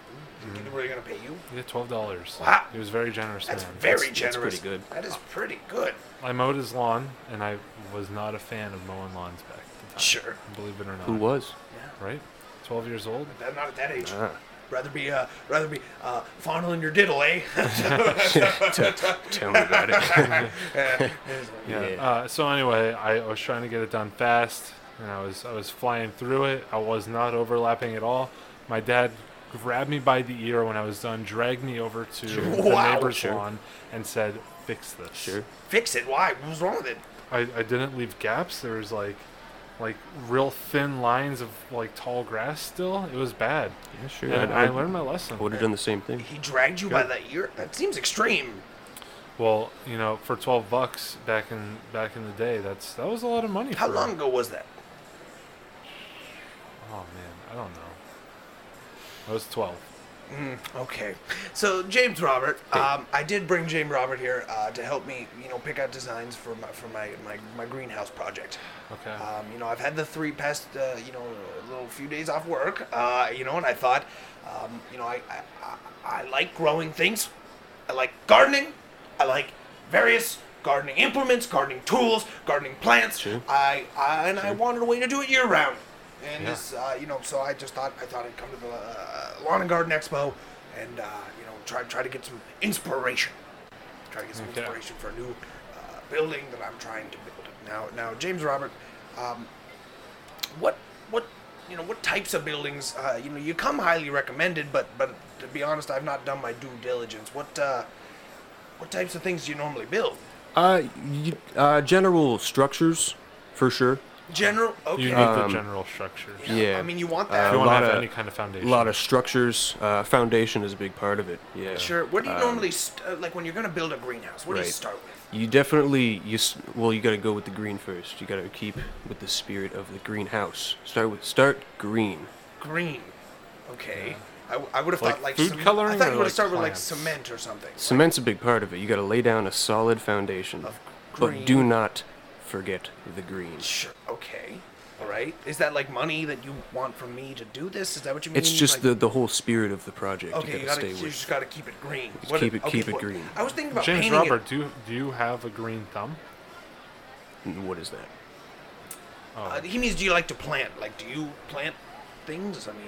Speaker 1: You know where they're gonna pay you?
Speaker 2: Yeah, twelve dollars.
Speaker 1: Wow.
Speaker 2: He was very generous.
Speaker 1: That's
Speaker 2: man.
Speaker 1: very
Speaker 4: that's
Speaker 1: generous.
Speaker 4: pretty good.
Speaker 1: That is pretty good.
Speaker 2: I mowed his lawn, and I was not a fan of mowing lawns back at the time.
Speaker 1: Sure.
Speaker 2: Believe it or not.
Speaker 4: Who was?
Speaker 2: Right. Twelve years old.
Speaker 1: That, not at that age.
Speaker 4: Ah.
Speaker 1: Rather be uh, rather be uh, fondling your diddle, eh?
Speaker 4: T- tell me about it.
Speaker 2: Yeah.
Speaker 4: Yeah.
Speaker 2: Uh, so anyway, I was trying to get it done fast, and I was I was flying through it. I was not overlapping at all. My dad grabbed me by the ear when I was done, dragged me over to
Speaker 1: Wow.
Speaker 2: the neighbor's
Speaker 4: Sure.
Speaker 2: lawn, and said, "Fix this."
Speaker 4: sure.
Speaker 1: Fix it. Why? What was wrong with it?
Speaker 2: I, I didn't leave gaps. There was like like real thin lines of like tall grass still. It was bad.
Speaker 4: Yeah, sure.
Speaker 2: and I,
Speaker 4: I,
Speaker 2: learned my lesson.
Speaker 4: would have done the same thing.
Speaker 1: He dragged you by the ear. That seems extreme.
Speaker 2: Well, you know, for twelve bucks back in back in the day, that's that was a lot of money.
Speaker 1: How
Speaker 2: for,
Speaker 1: long ago was that?
Speaker 2: Oh man, I don't know. I was twelve.
Speaker 1: Okay, so James Robert, um, I did bring James Robert here uh, to help me, you know, pick out designs for my for my, my, my greenhouse project.
Speaker 2: Okay.
Speaker 4: Uh,
Speaker 1: Um, you know, I've had the three past, uh, you know, a little few days off work, uh, you know, and I thought, um, you know, I, I, I, I like growing things. I like gardening. I like various gardening implements, gardening tools, gardening plants.
Speaker 4: Sure.
Speaker 1: I, I and I wanted a way to do it year round. And
Speaker 2: Yeah.
Speaker 1: this, uh, you know, so I just thought I thought I'd come to the uh, Lawn and Garden Expo, and uh, you know, try try to get some inspiration trying to get some
Speaker 2: Okay.
Speaker 1: inspiration for a new uh, building that I'm trying to build. Now, now James Robert, um, what what you know what types of buildings uh, you know you come highly recommended, but but to be honest, I've not done my due diligence. What uh, what types of things do you normally build?
Speaker 4: Uh, you, uh, general structures, for sure.
Speaker 1: General, okay.
Speaker 2: you need the
Speaker 4: Um,
Speaker 2: general structure.
Speaker 1: Yeah,
Speaker 4: yeah. Um,
Speaker 1: I mean, you want
Speaker 2: If
Speaker 1: that.
Speaker 2: you
Speaker 4: a
Speaker 2: want to
Speaker 4: lot
Speaker 2: have
Speaker 4: of-
Speaker 2: any kind of
Speaker 4: A
Speaker 2: foundation.
Speaker 4: lot of structures. Uh, foundation is a big part of it. Yeah.
Speaker 1: sure. What do you
Speaker 4: Um,
Speaker 1: normally st- uh, like when you're gonna build a greenhouse? What do you
Speaker 4: right.
Speaker 1: start with?
Speaker 4: You definitely you s- well you got to go with the green first. You got to keep with the spirit of the greenhouse. Start with start green.
Speaker 1: Green, okay. I, w- I would have
Speaker 2: Like
Speaker 1: thought like
Speaker 2: food
Speaker 1: cement- I
Speaker 2: coloring
Speaker 1: thought
Speaker 2: or
Speaker 1: you would have
Speaker 2: like
Speaker 1: started with like
Speaker 2: plants?
Speaker 1: cement or something.
Speaker 4: Cement's a big part of it. You got to lay down a solid foundation,
Speaker 1: Of
Speaker 4: but do
Speaker 1: green.
Speaker 4: not forget the green.
Speaker 1: Sure. Okay. All right. Is that like money that you want from me to do this? Is that what you mean?
Speaker 4: It's just
Speaker 1: Like-
Speaker 4: the the whole spirit of the project.
Speaker 1: Okay,
Speaker 4: you
Speaker 1: you,
Speaker 4: got
Speaker 1: gotta,
Speaker 4: to
Speaker 1: you
Speaker 4: stay with.
Speaker 1: just gotta keep it green.
Speaker 4: Just keep it- keep it
Speaker 1: what-
Speaker 4: green.
Speaker 1: I was thinking about
Speaker 2: James
Speaker 1: painting it-
Speaker 2: Robert, do you, do you have a green thumb?
Speaker 4: What is that?
Speaker 2: Oh,
Speaker 1: uh, he means, do you like to plant? Like, do you plant things? I mean,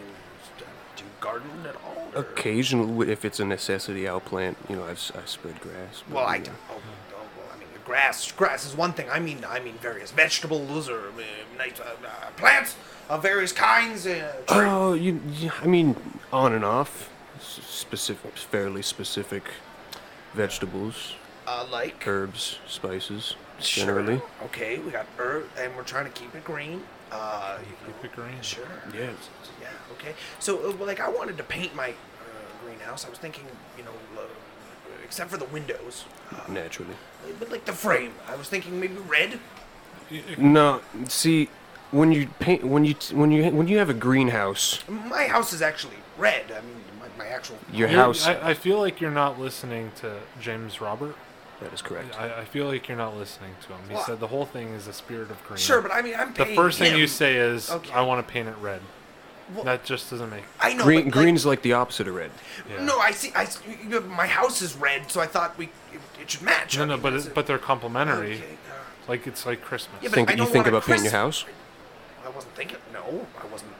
Speaker 1: do you garden at all? or-
Speaker 4: Occasionally, if it's a necessity, I'll plant. You know, I've s- I spread grass. but,
Speaker 1: Well, I
Speaker 4: you
Speaker 1: do.
Speaker 4: know.
Speaker 1: Oh, oh, well, I mean, grass. Grass is one thing. I mean, I mean various vegetables or uh, nice, uh, uh, plants of various kinds. Uh, tree-
Speaker 4: Oh, you, you. I mean, on and off. S- Specific, fairly specific vegetables,
Speaker 1: uh, like.
Speaker 4: herbs, spices,
Speaker 1: Sure.
Speaker 4: generally.
Speaker 1: Okay, we got herb, and we're trying to keep it green. Uh, you
Speaker 2: keep it green.
Speaker 1: know, sure.
Speaker 4: Yeah.
Speaker 1: Yeah. Okay. So, uh, well, like, I wanted to paint my uh, greenhouse. I was thinking, you know, uh, except for the windows, uh,
Speaker 4: Naturally.
Speaker 1: but like the frame. I was thinking maybe red.
Speaker 4: No, see, when you paint, when you t- when you when you have a greenhouse,
Speaker 1: My house is actually red. I mean, my, my actual.
Speaker 4: your
Speaker 2: You're-
Speaker 4: house.
Speaker 2: I, I feel like you're not listening to James Robert.
Speaker 4: that is correct.
Speaker 2: I, I feel like you're not listening to him. He
Speaker 1: Well,
Speaker 2: said the whole thing is a spirit of green.
Speaker 1: Sure, but I mean, I'm
Speaker 2: the
Speaker 1: paying
Speaker 2: first thing
Speaker 1: him.
Speaker 2: you say is,
Speaker 1: Okay.
Speaker 2: "I want to paint it red."
Speaker 1: Well,
Speaker 2: That just doesn't make.
Speaker 1: I know.
Speaker 4: Green,
Speaker 1: but, like,
Speaker 4: green's like the opposite of red.
Speaker 2: Yeah.
Speaker 1: No, I see. I s- you know, my house is red, so I thought we it, it should match.
Speaker 2: No,
Speaker 1: I
Speaker 2: no,
Speaker 1: mean,
Speaker 2: but
Speaker 1: it's
Speaker 2: it,
Speaker 1: a-
Speaker 2: but they're complementary.
Speaker 1: okay, uh,
Speaker 2: Like it's like Christmas.
Speaker 1: Yeah, but
Speaker 4: Think
Speaker 1: I
Speaker 4: you
Speaker 1: don't
Speaker 4: think
Speaker 1: want a
Speaker 4: about painting your
Speaker 1: Christmas-
Speaker 4: house?
Speaker 1: I wasn't thinking. No, I wasn't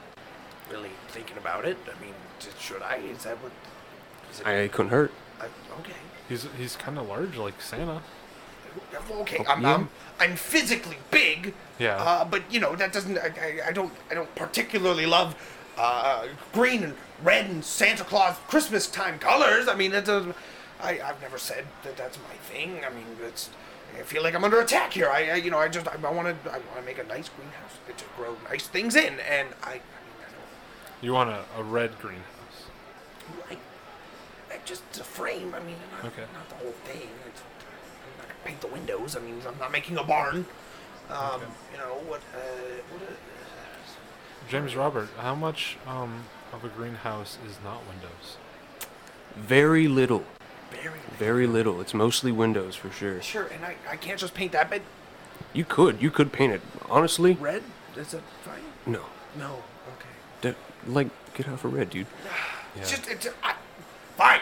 Speaker 1: really thinking about it. I mean, d- should I? Is that what? Is it,
Speaker 4: I couldn't hurt.
Speaker 1: I, okay.
Speaker 2: He's he's kind of large, like Santa.
Speaker 1: Okay,
Speaker 4: Oh,
Speaker 1: I'm,
Speaker 4: yeah.
Speaker 1: I'm I'm physically big.
Speaker 2: Yeah.
Speaker 1: Uh, but you know that doesn't. I, I, I don't. I don't particularly love uh, green and red and Santa Claus Christmas time colors. I mean, that's a. I I've never said that that's my thing. I mean, it's. I feel like I'm under attack here. I, I you know I just I want to I want to make a nice greenhouse that to grow nice things in, and I. I mean, I don't,
Speaker 2: You want a, a red greenhouse.
Speaker 1: like, like just the frame. I mean, not,
Speaker 2: Okay.
Speaker 1: not the whole thing. It's, I'm not gonna paint the windows. I mean, I'm not making a barn. Um, You know what? Uh, what uh,
Speaker 2: James Robert, how much um, of a greenhouse is not windows?
Speaker 4: Very little.
Speaker 1: Very little.
Speaker 4: Very little. It's mostly windows for sure.
Speaker 1: Sure, and I, I can't just paint that bed
Speaker 4: You could. You could paint it. Honestly,
Speaker 1: red? Is that fine?
Speaker 4: no.
Speaker 1: No, okay.
Speaker 4: That, like, get out for red, dude.
Speaker 1: It's
Speaker 2: Yeah.
Speaker 1: just, it's, I, fine.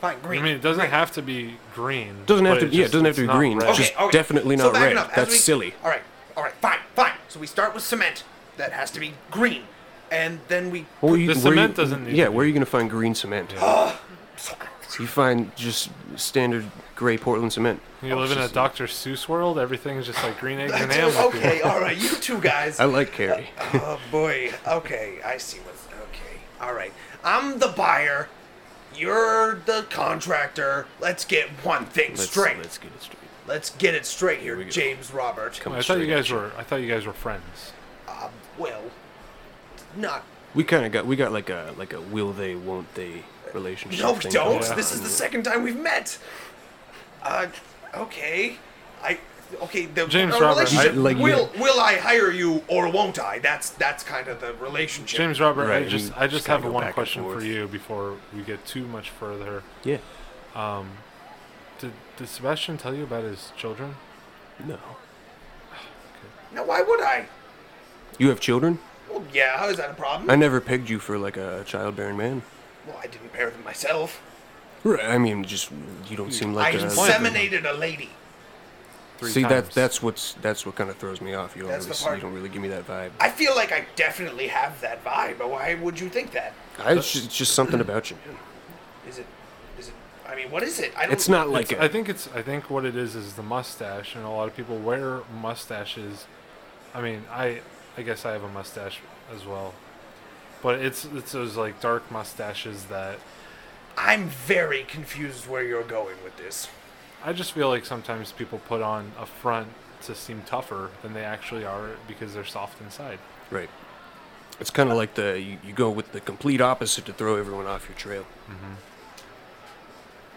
Speaker 1: Fine,
Speaker 2: I
Speaker 1: green.
Speaker 2: mean, it doesn't have to be green.
Speaker 4: Doesn't have
Speaker 2: but
Speaker 4: to-
Speaker 2: it
Speaker 4: yeah, it doesn't have
Speaker 2: it's
Speaker 4: to be
Speaker 2: not
Speaker 4: green.
Speaker 2: red.
Speaker 4: It's just definitely
Speaker 1: so
Speaker 4: not
Speaker 1: backing
Speaker 4: red.
Speaker 1: up, as
Speaker 4: That's
Speaker 1: we-
Speaker 4: silly.
Speaker 1: All right, all right, fine, fine. So we start with cement that has to be green, and then we.
Speaker 4: Well,
Speaker 2: The
Speaker 4: you, where you-
Speaker 2: cement doesn't need
Speaker 4: Yeah,
Speaker 2: to
Speaker 4: where are you gonna find green cement? You find just standard gray Portland cement.
Speaker 2: You live in a Dr. Seuss world. Everything's just like green eggs and ham. with you.
Speaker 1: okay, all right, you two guys.
Speaker 4: I like Carrie.
Speaker 1: oh boy. Okay, I see what's okay. All right, I'm the buyer. You're the contractor. Let's get one thing
Speaker 4: Let's,
Speaker 1: straight.
Speaker 4: let's get it straight.
Speaker 1: Let's get it straight here,
Speaker 4: we go.
Speaker 1: James Robert.
Speaker 4: Come
Speaker 2: I thought you
Speaker 4: straight at
Speaker 2: guys were. I thought you guys were friends.
Speaker 1: Um, well, not.
Speaker 4: We kind of got we got like a like a will they won't they relationship.
Speaker 1: No, we
Speaker 4: thing
Speaker 1: don't.
Speaker 4: going
Speaker 1: This is
Speaker 4: on.
Speaker 1: the second time we've met. Uh, okay. I. Okay, the
Speaker 2: James
Speaker 1: our
Speaker 2: Robert, I-
Speaker 1: relationship.
Speaker 4: like, you-
Speaker 1: will will I hire you or won't I? That's that's kind of the relationship.
Speaker 2: James Robert,
Speaker 4: Right,
Speaker 2: I
Speaker 4: and
Speaker 2: just
Speaker 4: you
Speaker 2: I
Speaker 4: just
Speaker 2: just
Speaker 4: kinda
Speaker 2: have
Speaker 4: go back
Speaker 2: one
Speaker 4: and
Speaker 2: question for
Speaker 4: forth.
Speaker 2: you before we get too much further.
Speaker 4: Yeah.
Speaker 2: Did, did Sebastian tell you about his children?
Speaker 4: No.
Speaker 1: Now, why would I?
Speaker 4: You have children?
Speaker 1: Well, yeah. How is that a problem?
Speaker 4: I never pegged you for like a childbearing man.
Speaker 1: well, I didn't pair them myself.
Speaker 4: Right. I mean, just you don't seem
Speaker 1: I
Speaker 4: like a.
Speaker 1: inseminated a lady.
Speaker 2: Three
Speaker 4: See that
Speaker 2: times.
Speaker 4: that's what's that's what kind of throws me off. You don't
Speaker 1: That's the
Speaker 4: really,
Speaker 1: part.
Speaker 4: you don't really give me that vibe.
Speaker 1: I feel like I definitely have that vibe, but why would you think that?
Speaker 4: I, it's, just, it's just something about you, man.
Speaker 1: Is it? Is it? I mean, what is it? I don't.
Speaker 4: It's not like
Speaker 2: It's-
Speaker 4: a,
Speaker 2: I think it's I think what it is is the mustache, and a lot of people wear mustaches. I mean, I I guess I have a mustache as well, but it's it's those like dark mustaches that
Speaker 1: I'm very confused where you're going with this.
Speaker 2: I just feel like sometimes people put on a front to seem tougher than they actually are because they're soft inside.
Speaker 4: right. It's kind of like the you, you go with the complete opposite to throw everyone off your trail.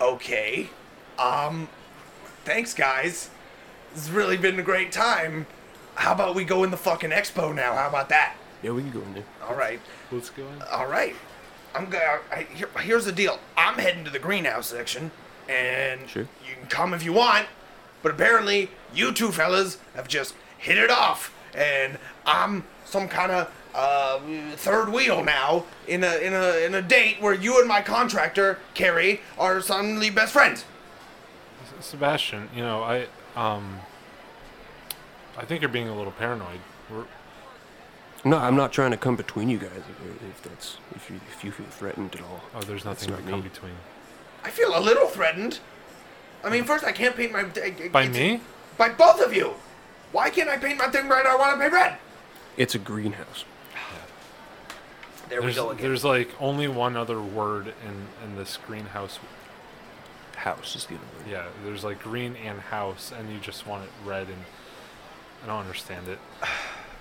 Speaker 1: Okay. Um, thanks, guys. It's really been a great time. How about we go in the fucking expo now? How about that?
Speaker 4: Yeah, we can go in there.
Speaker 1: All right.
Speaker 2: Let's go. In.
Speaker 1: All right. I'm going here, here's the deal. I'm heading to the greenhouse section, and
Speaker 4: Sure.
Speaker 1: you can come if you want. But apparently, you two fellas have just hit it off, and I'm some kind of uh, third wheel now in a in a in a date where you and my contractor Carrie are suddenly best friends.
Speaker 2: Sebastian, you know, I um I think you're being a little paranoid. We're,
Speaker 4: No, I'm not trying to come between you guys. If, if that's if you if you feel threatened at all.
Speaker 2: oh, there's
Speaker 4: That's
Speaker 2: nothing to
Speaker 4: not
Speaker 2: come
Speaker 4: me.
Speaker 2: between.
Speaker 1: I feel a little threatened. I mean, first I can't paint my
Speaker 2: By me?
Speaker 1: by both of you. Why can't I paint my thing right? I want to paint red.
Speaker 4: It's a greenhouse.
Speaker 1: There
Speaker 2: There's,
Speaker 1: we go again.
Speaker 2: there's like only one other word in in this greenhouse.
Speaker 4: House is the other word.
Speaker 2: Yeah, there's like green and house, and you just want it red, and I don't understand it.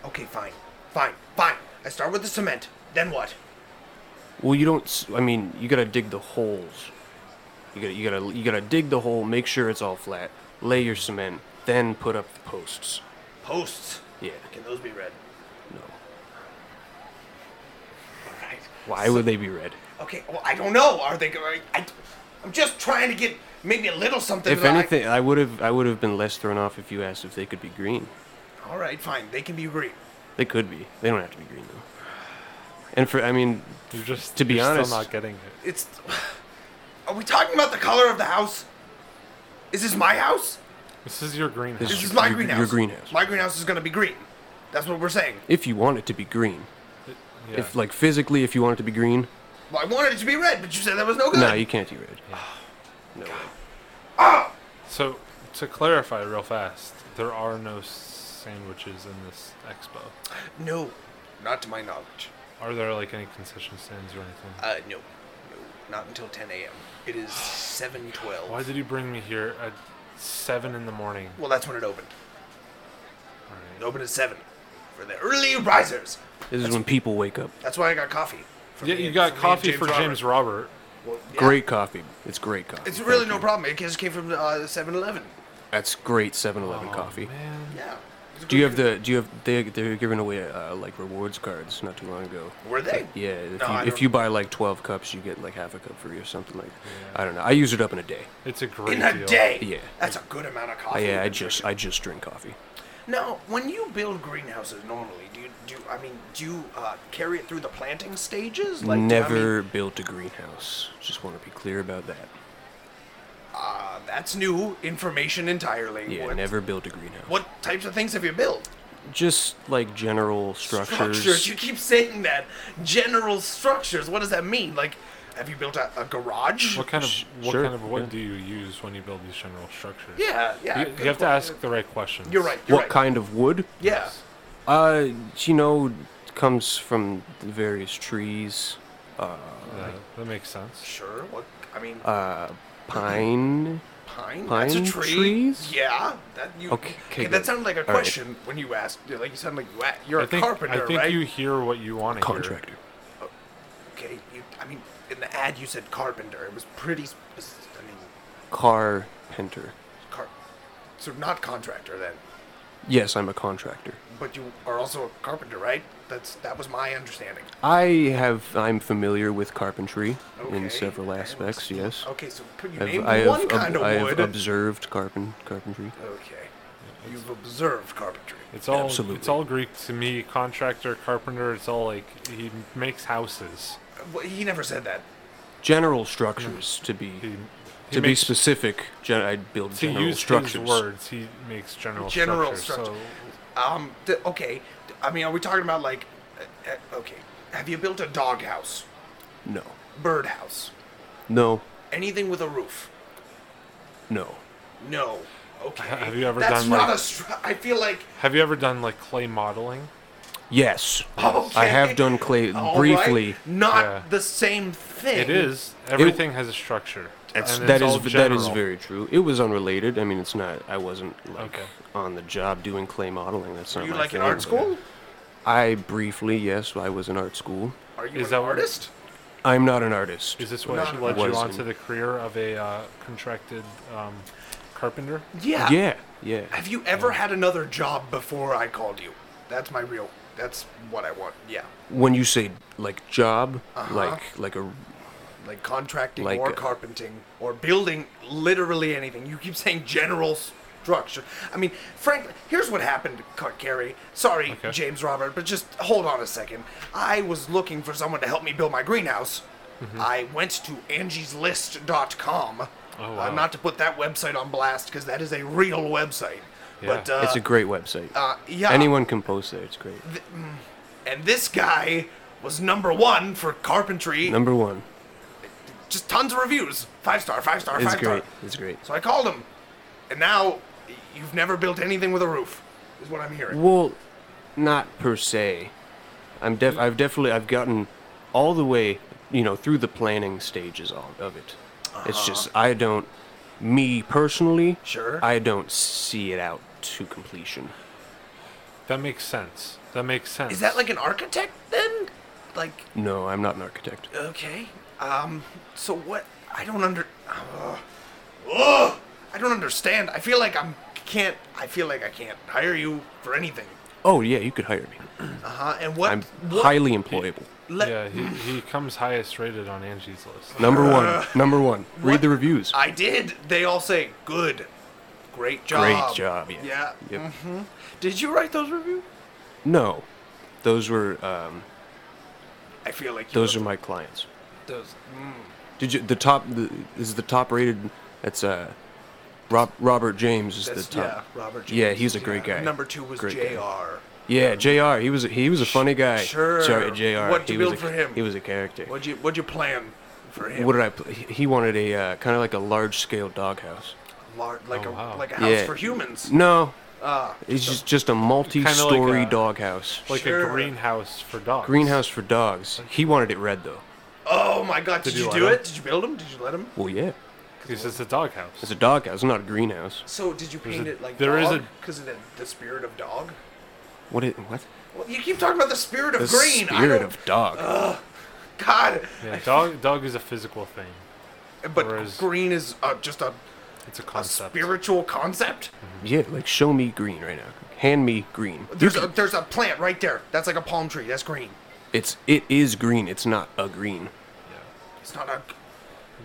Speaker 1: Okay, fine. Fine, fine. I start with the cement. Then what?
Speaker 4: Well, you don't. s- I mean, you gotta dig the holes. You gotta you gotta you gotta dig the hole. Make sure it's all flat. Lay your cement. Then put up the posts.
Speaker 1: Posts.
Speaker 4: Yeah.
Speaker 1: Can those be red?
Speaker 4: No.
Speaker 1: All right.
Speaker 4: Why would they be red?
Speaker 1: Okay, well, I don't know. Are they going I, I'm just trying to get maybe a little something.
Speaker 4: If
Speaker 1: that I-
Speaker 4: anything, I would have I would have been less thrown off if you asked if they could be green.
Speaker 1: All right, fine. They can be green.
Speaker 4: They could be. They don't have to be green though. And for I mean,
Speaker 2: You're just
Speaker 4: To be
Speaker 2: you're
Speaker 4: honest-
Speaker 2: still not getting it.
Speaker 1: It's. Are we talking about the color of the house? Is this my house?
Speaker 2: This is your greenhouse.
Speaker 1: This is
Speaker 4: Your-
Speaker 1: my
Speaker 4: your
Speaker 1: greenhouse.
Speaker 4: greenhouse.
Speaker 1: My greenhouse is going to be green. That's what we're saying.
Speaker 4: if you want it to be green,
Speaker 2: yeah.
Speaker 4: if like physically, if you want it to be green,
Speaker 1: Well, I wanted it to be red, but you said that was no good.
Speaker 4: no, you can't do red. No. way.
Speaker 1: Ah!
Speaker 2: so to clarify real fast, there are no sandwiches in this expo.
Speaker 1: No, not to my knowledge.
Speaker 2: Are there like any concession stands or anything?
Speaker 1: Uh, no. No, not until 10 a.m. It is 7.12.
Speaker 2: Why did you bring me here at seven in the morning?
Speaker 1: Well, that's when it opened.
Speaker 2: All
Speaker 1: It
Speaker 2: right.
Speaker 1: opened at 7 for the early risers.
Speaker 4: This is when people wake up.
Speaker 1: That's why I got coffee. for
Speaker 2: Yeah,
Speaker 1: me
Speaker 2: you
Speaker 1: and-
Speaker 2: got
Speaker 1: me and
Speaker 2: coffee for James
Speaker 1: Robert.
Speaker 2: Robert.
Speaker 1: Well, yeah.
Speaker 4: Great coffee. It's great coffee.
Speaker 1: It's really
Speaker 4: Thank
Speaker 1: no
Speaker 4: you.
Speaker 1: problem. It just came from uh, 7-Eleven.
Speaker 4: That's great 7-Eleven
Speaker 2: Oh,
Speaker 4: coffee.
Speaker 2: man.
Speaker 1: Yeah.
Speaker 4: Do you have the? Do you have? They they're giving away uh, like rewards cards not too long ago.
Speaker 1: Were they?
Speaker 4: Yeah, if,
Speaker 1: No,
Speaker 4: you,
Speaker 1: I
Speaker 4: if
Speaker 1: don't-
Speaker 4: you buy like twelve cups, you get like half a cup free or something like. I don't know. I use it up in a day.
Speaker 2: It's a great
Speaker 1: In a
Speaker 2: deal.
Speaker 1: day.
Speaker 4: Yeah.
Speaker 1: That's a good amount of
Speaker 4: I,
Speaker 1: coffee.
Speaker 4: yeah, I just I just drink coffee.
Speaker 1: Now, when you build greenhouses normally, do you do? I mean, do you uh, carry it through the planting stages? do- I mean,
Speaker 4: Never built a greenhouse. Just want to be clear about that.
Speaker 1: uh, that's new information entirely.
Speaker 4: Yeah,
Speaker 1: what,
Speaker 4: never built a greenhouse.
Speaker 1: What types of things have you built?
Speaker 4: Just like general structures.
Speaker 1: You keep saying that. General structures. What does that mean? Like, have you built a, a garage?
Speaker 2: What kind of
Speaker 4: Sh-
Speaker 2: what
Speaker 4: sure,
Speaker 2: kind of wood
Speaker 4: yeah.
Speaker 2: do you use when you build these general structures?
Speaker 1: Yeah, yeah.
Speaker 2: You,
Speaker 1: good
Speaker 2: you have to
Speaker 1: point.
Speaker 2: ask the right questions.
Speaker 1: You're right. You're
Speaker 4: What
Speaker 1: right.
Speaker 4: kind of wood?
Speaker 1: Yeah.
Speaker 4: Uh, you know, comes from the various trees. Uh,
Speaker 2: Uh, that makes sense.
Speaker 1: Sure. What? I mean,
Speaker 4: uh, pine.
Speaker 1: pine. That's a
Speaker 4: pine
Speaker 1: tree.
Speaker 4: trees?
Speaker 1: Yeah. That you.
Speaker 4: Okay, okay,
Speaker 1: that
Speaker 4: good.
Speaker 1: sounded like a
Speaker 4: All right.
Speaker 1: question when you asked. yeah, Like you sound like you. a- You're
Speaker 2: I
Speaker 1: a
Speaker 2: think
Speaker 1: carpenter,
Speaker 2: I think
Speaker 1: right?
Speaker 2: you hear what you want to
Speaker 4: Contractor.
Speaker 1: Okay. You. I mean, in the ad you said carpenter. It was pretty. sp- I mean,
Speaker 4: Carpenter.
Speaker 1: car. So not contractor then,
Speaker 4: Yes, I'm a contractor.
Speaker 1: but you are also a carpenter, right? That's that was my understanding.
Speaker 4: I have. I'm familiar with carpentry in several
Speaker 1: and-
Speaker 4: aspects. Yes.
Speaker 1: Okay, so put you
Speaker 4: I've-
Speaker 1: named
Speaker 4: I have,
Speaker 1: one
Speaker 4: ob-
Speaker 1: kind
Speaker 4: I
Speaker 1: of
Speaker 4: have
Speaker 1: wood.
Speaker 4: observed carpen, carpentry.
Speaker 1: okay, you've observed carpentry.
Speaker 2: It's all it's
Speaker 4: Absolutely.
Speaker 2: all Greek to me. Contractor, carpenter. It's all like he makes houses.
Speaker 1: Uh, Well, he never said that.
Speaker 4: General structures, to be
Speaker 2: He, he
Speaker 4: to be
Speaker 2: makes,
Speaker 4: specific. Gen- I build
Speaker 2: to
Speaker 4: general
Speaker 2: use
Speaker 4: structures.
Speaker 2: his words. He makes general
Speaker 1: General
Speaker 2: structures.
Speaker 1: structure. Um, d- okay, d- I mean, are we talking about like, uh, uh, okay, have you built a doghouse,
Speaker 4: No,
Speaker 1: birdhouse,
Speaker 4: no,
Speaker 1: anything with a roof?
Speaker 4: no.
Speaker 1: No. Okay.
Speaker 2: have you ever
Speaker 1: That's
Speaker 2: done,
Speaker 1: not
Speaker 2: like-
Speaker 1: a str- I feel like
Speaker 2: So have you ever done like clay modeling?
Speaker 4: Yes,
Speaker 1: okay.
Speaker 4: I have done clay
Speaker 1: All right,
Speaker 4: briefly.
Speaker 1: Not
Speaker 2: Yeah.
Speaker 1: the same thing.
Speaker 2: It is. Everything has a structure.
Speaker 4: That's,
Speaker 2: and
Speaker 4: that
Speaker 2: it's
Speaker 4: is
Speaker 2: all
Speaker 4: that is
Speaker 2: general.
Speaker 4: very true. It was unrelated. I mean, it's not. I wasn't like
Speaker 2: Okay.
Speaker 4: on the job doing clay modeling. That's
Speaker 1: Are
Speaker 4: not.
Speaker 1: you
Speaker 4: my
Speaker 1: like in
Speaker 4: thing,
Speaker 1: art
Speaker 4: but
Speaker 1: school?
Speaker 4: I briefly, yes, I was in art school.
Speaker 1: Are you
Speaker 2: Is
Speaker 1: an
Speaker 2: that what-
Speaker 1: artist?
Speaker 4: I'm not an artist.
Speaker 2: Is this what
Speaker 1: Not
Speaker 2: led you
Speaker 4: was
Speaker 2: onto
Speaker 4: in-
Speaker 2: the career of a uh, contracted um, carpenter?
Speaker 1: Yeah.
Speaker 4: Yeah, yeah.
Speaker 1: Have you ever had another job before I called you? That's my real. That's what I want. Yeah.
Speaker 4: When you say like job,
Speaker 1: Uh-huh.
Speaker 4: like like a
Speaker 1: Like contracting
Speaker 4: Like,
Speaker 1: or
Speaker 4: uh,
Speaker 1: carpenting or building literally anything. You keep saying general structure. I mean, frankly, here's what happened to Car- Carey. Sorry,
Speaker 2: Okay.
Speaker 1: James Robert, but just hold on a second. I was looking for someone to help me build my greenhouse.
Speaker 2: Mm-hmm.
Speaker 1: I went to angieslist.com.
Speaker 2: Oh,
Speaker 1: uh,
Speaker 2: wow.
Speaker 1: not to put that website on blast because that is a real website. But
Speaker 2: Yeah.
Speaker 1: uh,
Speaker 4: it's a great website.
Speaker 1: uh, yeah.
Speaker 4: Anyone can post there. It's great.
Speaker 1: And this guy was number one for carpentry.
Speaker 4: Number one.
Speaker 1: Just tons of reviews. Five star, five star,
Speaker 4: It's
Speaker 1: five
Speaker 4: great.
Speaker 1: star.
Speaker 4: It's great.
Speaker 1: So I called him. And now y- you've never built anything with a roof, is what I'm hearing.
Speaker 4: Well, not per se. I'm def. I've definitely. I've gotten all the way. You know, through the planning stages all- of it. It's just I don't. Me personally,
Speaker 1: Uh-huh. Sure.
Speaker 4: I don't see it out to completion.
Speaker 2: That makes sense. That makes sense.
Speaker 1: Is that like an architect then? Like,
Speaker 4: No, I'm not an architect.
Speaker 1: okay. Um, so what? I don't under. Ugh. Ugh. I don't understand. I feel like I'm can't. I feel like I can't hire you for anything.
Speaker 4: Oh yeah, you could hire me.
Speaker 1: Uh huh. And what?
Speaker 4: I'm
Speaker 1: what-
Speaker 4: highly employable.
Speaker 1: let-
Speaker 2: yeah, he, he comes highest rated on Angie's list.
Speaker 4: Number one. Number one. Read the reviews.
Speaker 1: Uh. I did. They all say good, great job.
Speaker 4: Great job. Yeah.
Speaker 1: Yeah. Mm-hmm.
Speaker 4: Yep.
Speaker 1: Did you write those reviews?
Speaker 4: No, those were um,
Speaker 1: I feel like you
Speaker 4: those are
Speaker 1: wrote
Speaker 4: my clients.
Speaker 1: those.
Speaker 4: Did you the top? The, is the top rated? That's uh, Rob, Robert James is
Speaker 1: That's
Speaker 4: the top.
Speaker 1: yeah, Robert. James. uh,
Speaker 4: Yeah, he's a great guy.
Speaker 1: Number two was
Speaker 4: Great guy.
Speaker 1: Jr.
Speaker 4: Yeah, Jr. He was a, he was a funny guy.
Speaker 1: sure.
Speaker 4: Sorry, Jr.
Speaker 1: What'd you
Speaker 4: he
Speaker 1: build
Speaker 4: was a-
Speaker 1: for him?
Speaker 4: He was a character. What,
Speaker 1: What'd you What'd you plan for him?
Speaker 4: did I? pl- He he wanted a uh, kind of like a large scale doghouse.
Speaker 1: Lar- like
Speaker 2: Oh,
Speaker 1: a
Speaker 2: wow.
Speaker 1: like a house
Speaker 4: Yeah.
Speaker 1: for humans.
Speaker 4: No,
Speaker 1: Ah,
Speaker 4: it's just just a multi story
Speaker 2: a-
Speaker 4: doghouse.
Speaker 2: Like
Speaker 1: Sure.
Speaker 2: a greenhouse for dogs.
Speaker 4: Greenhouse for dogs. He wanted it red though.
Speaker 1: oh my God! Did,
Speaker 2: Did
Speaker 1: you,
Speaker 2: you
Speaker 1: do
Speaker 2: let
Speaker 1: it?
Speaker 2: him?
Speaker 1: Did you build him? Did you let him?
Speaker 4: Well, yeah,
Speaker 2: Because it's a doghouse.
Speaker 4: it's a doghouse, not a greenhouse.
Speaker 1: So did you paint
Speaker 2: a-
Speaker 1: it like
Speaker 2: there is a-
Speaker 1: because of the, the spirit of dog?
Speaker 4: What? It, what?
Speaker 1: Well, you keep talking about the spirit of
Speaker 4: The
Speaker 1: green. I
Speaker 4: spirit
Speaker 1: don't-
Speaker 4: of dog.
Speaker 1: God.
Speaker 2: yeah, dog dog is a physical thing.
Speaker 1: But
Speaker 2: Whereas-
Speaker 1: green is uh, just a,
Speaker 2: It's a
Speaker 1: a
Speaker 2: concept. Mm-hmm.
Speaker 1: spiritual concept.
Speaker 4: yeah, like show me green right now. hand me green.
Speaker 1: There's a there's a plant right there. That's like a palm tree. That's green.
Speaker 4: It's it is green. It's not a green.
Speaker 1: It's not a.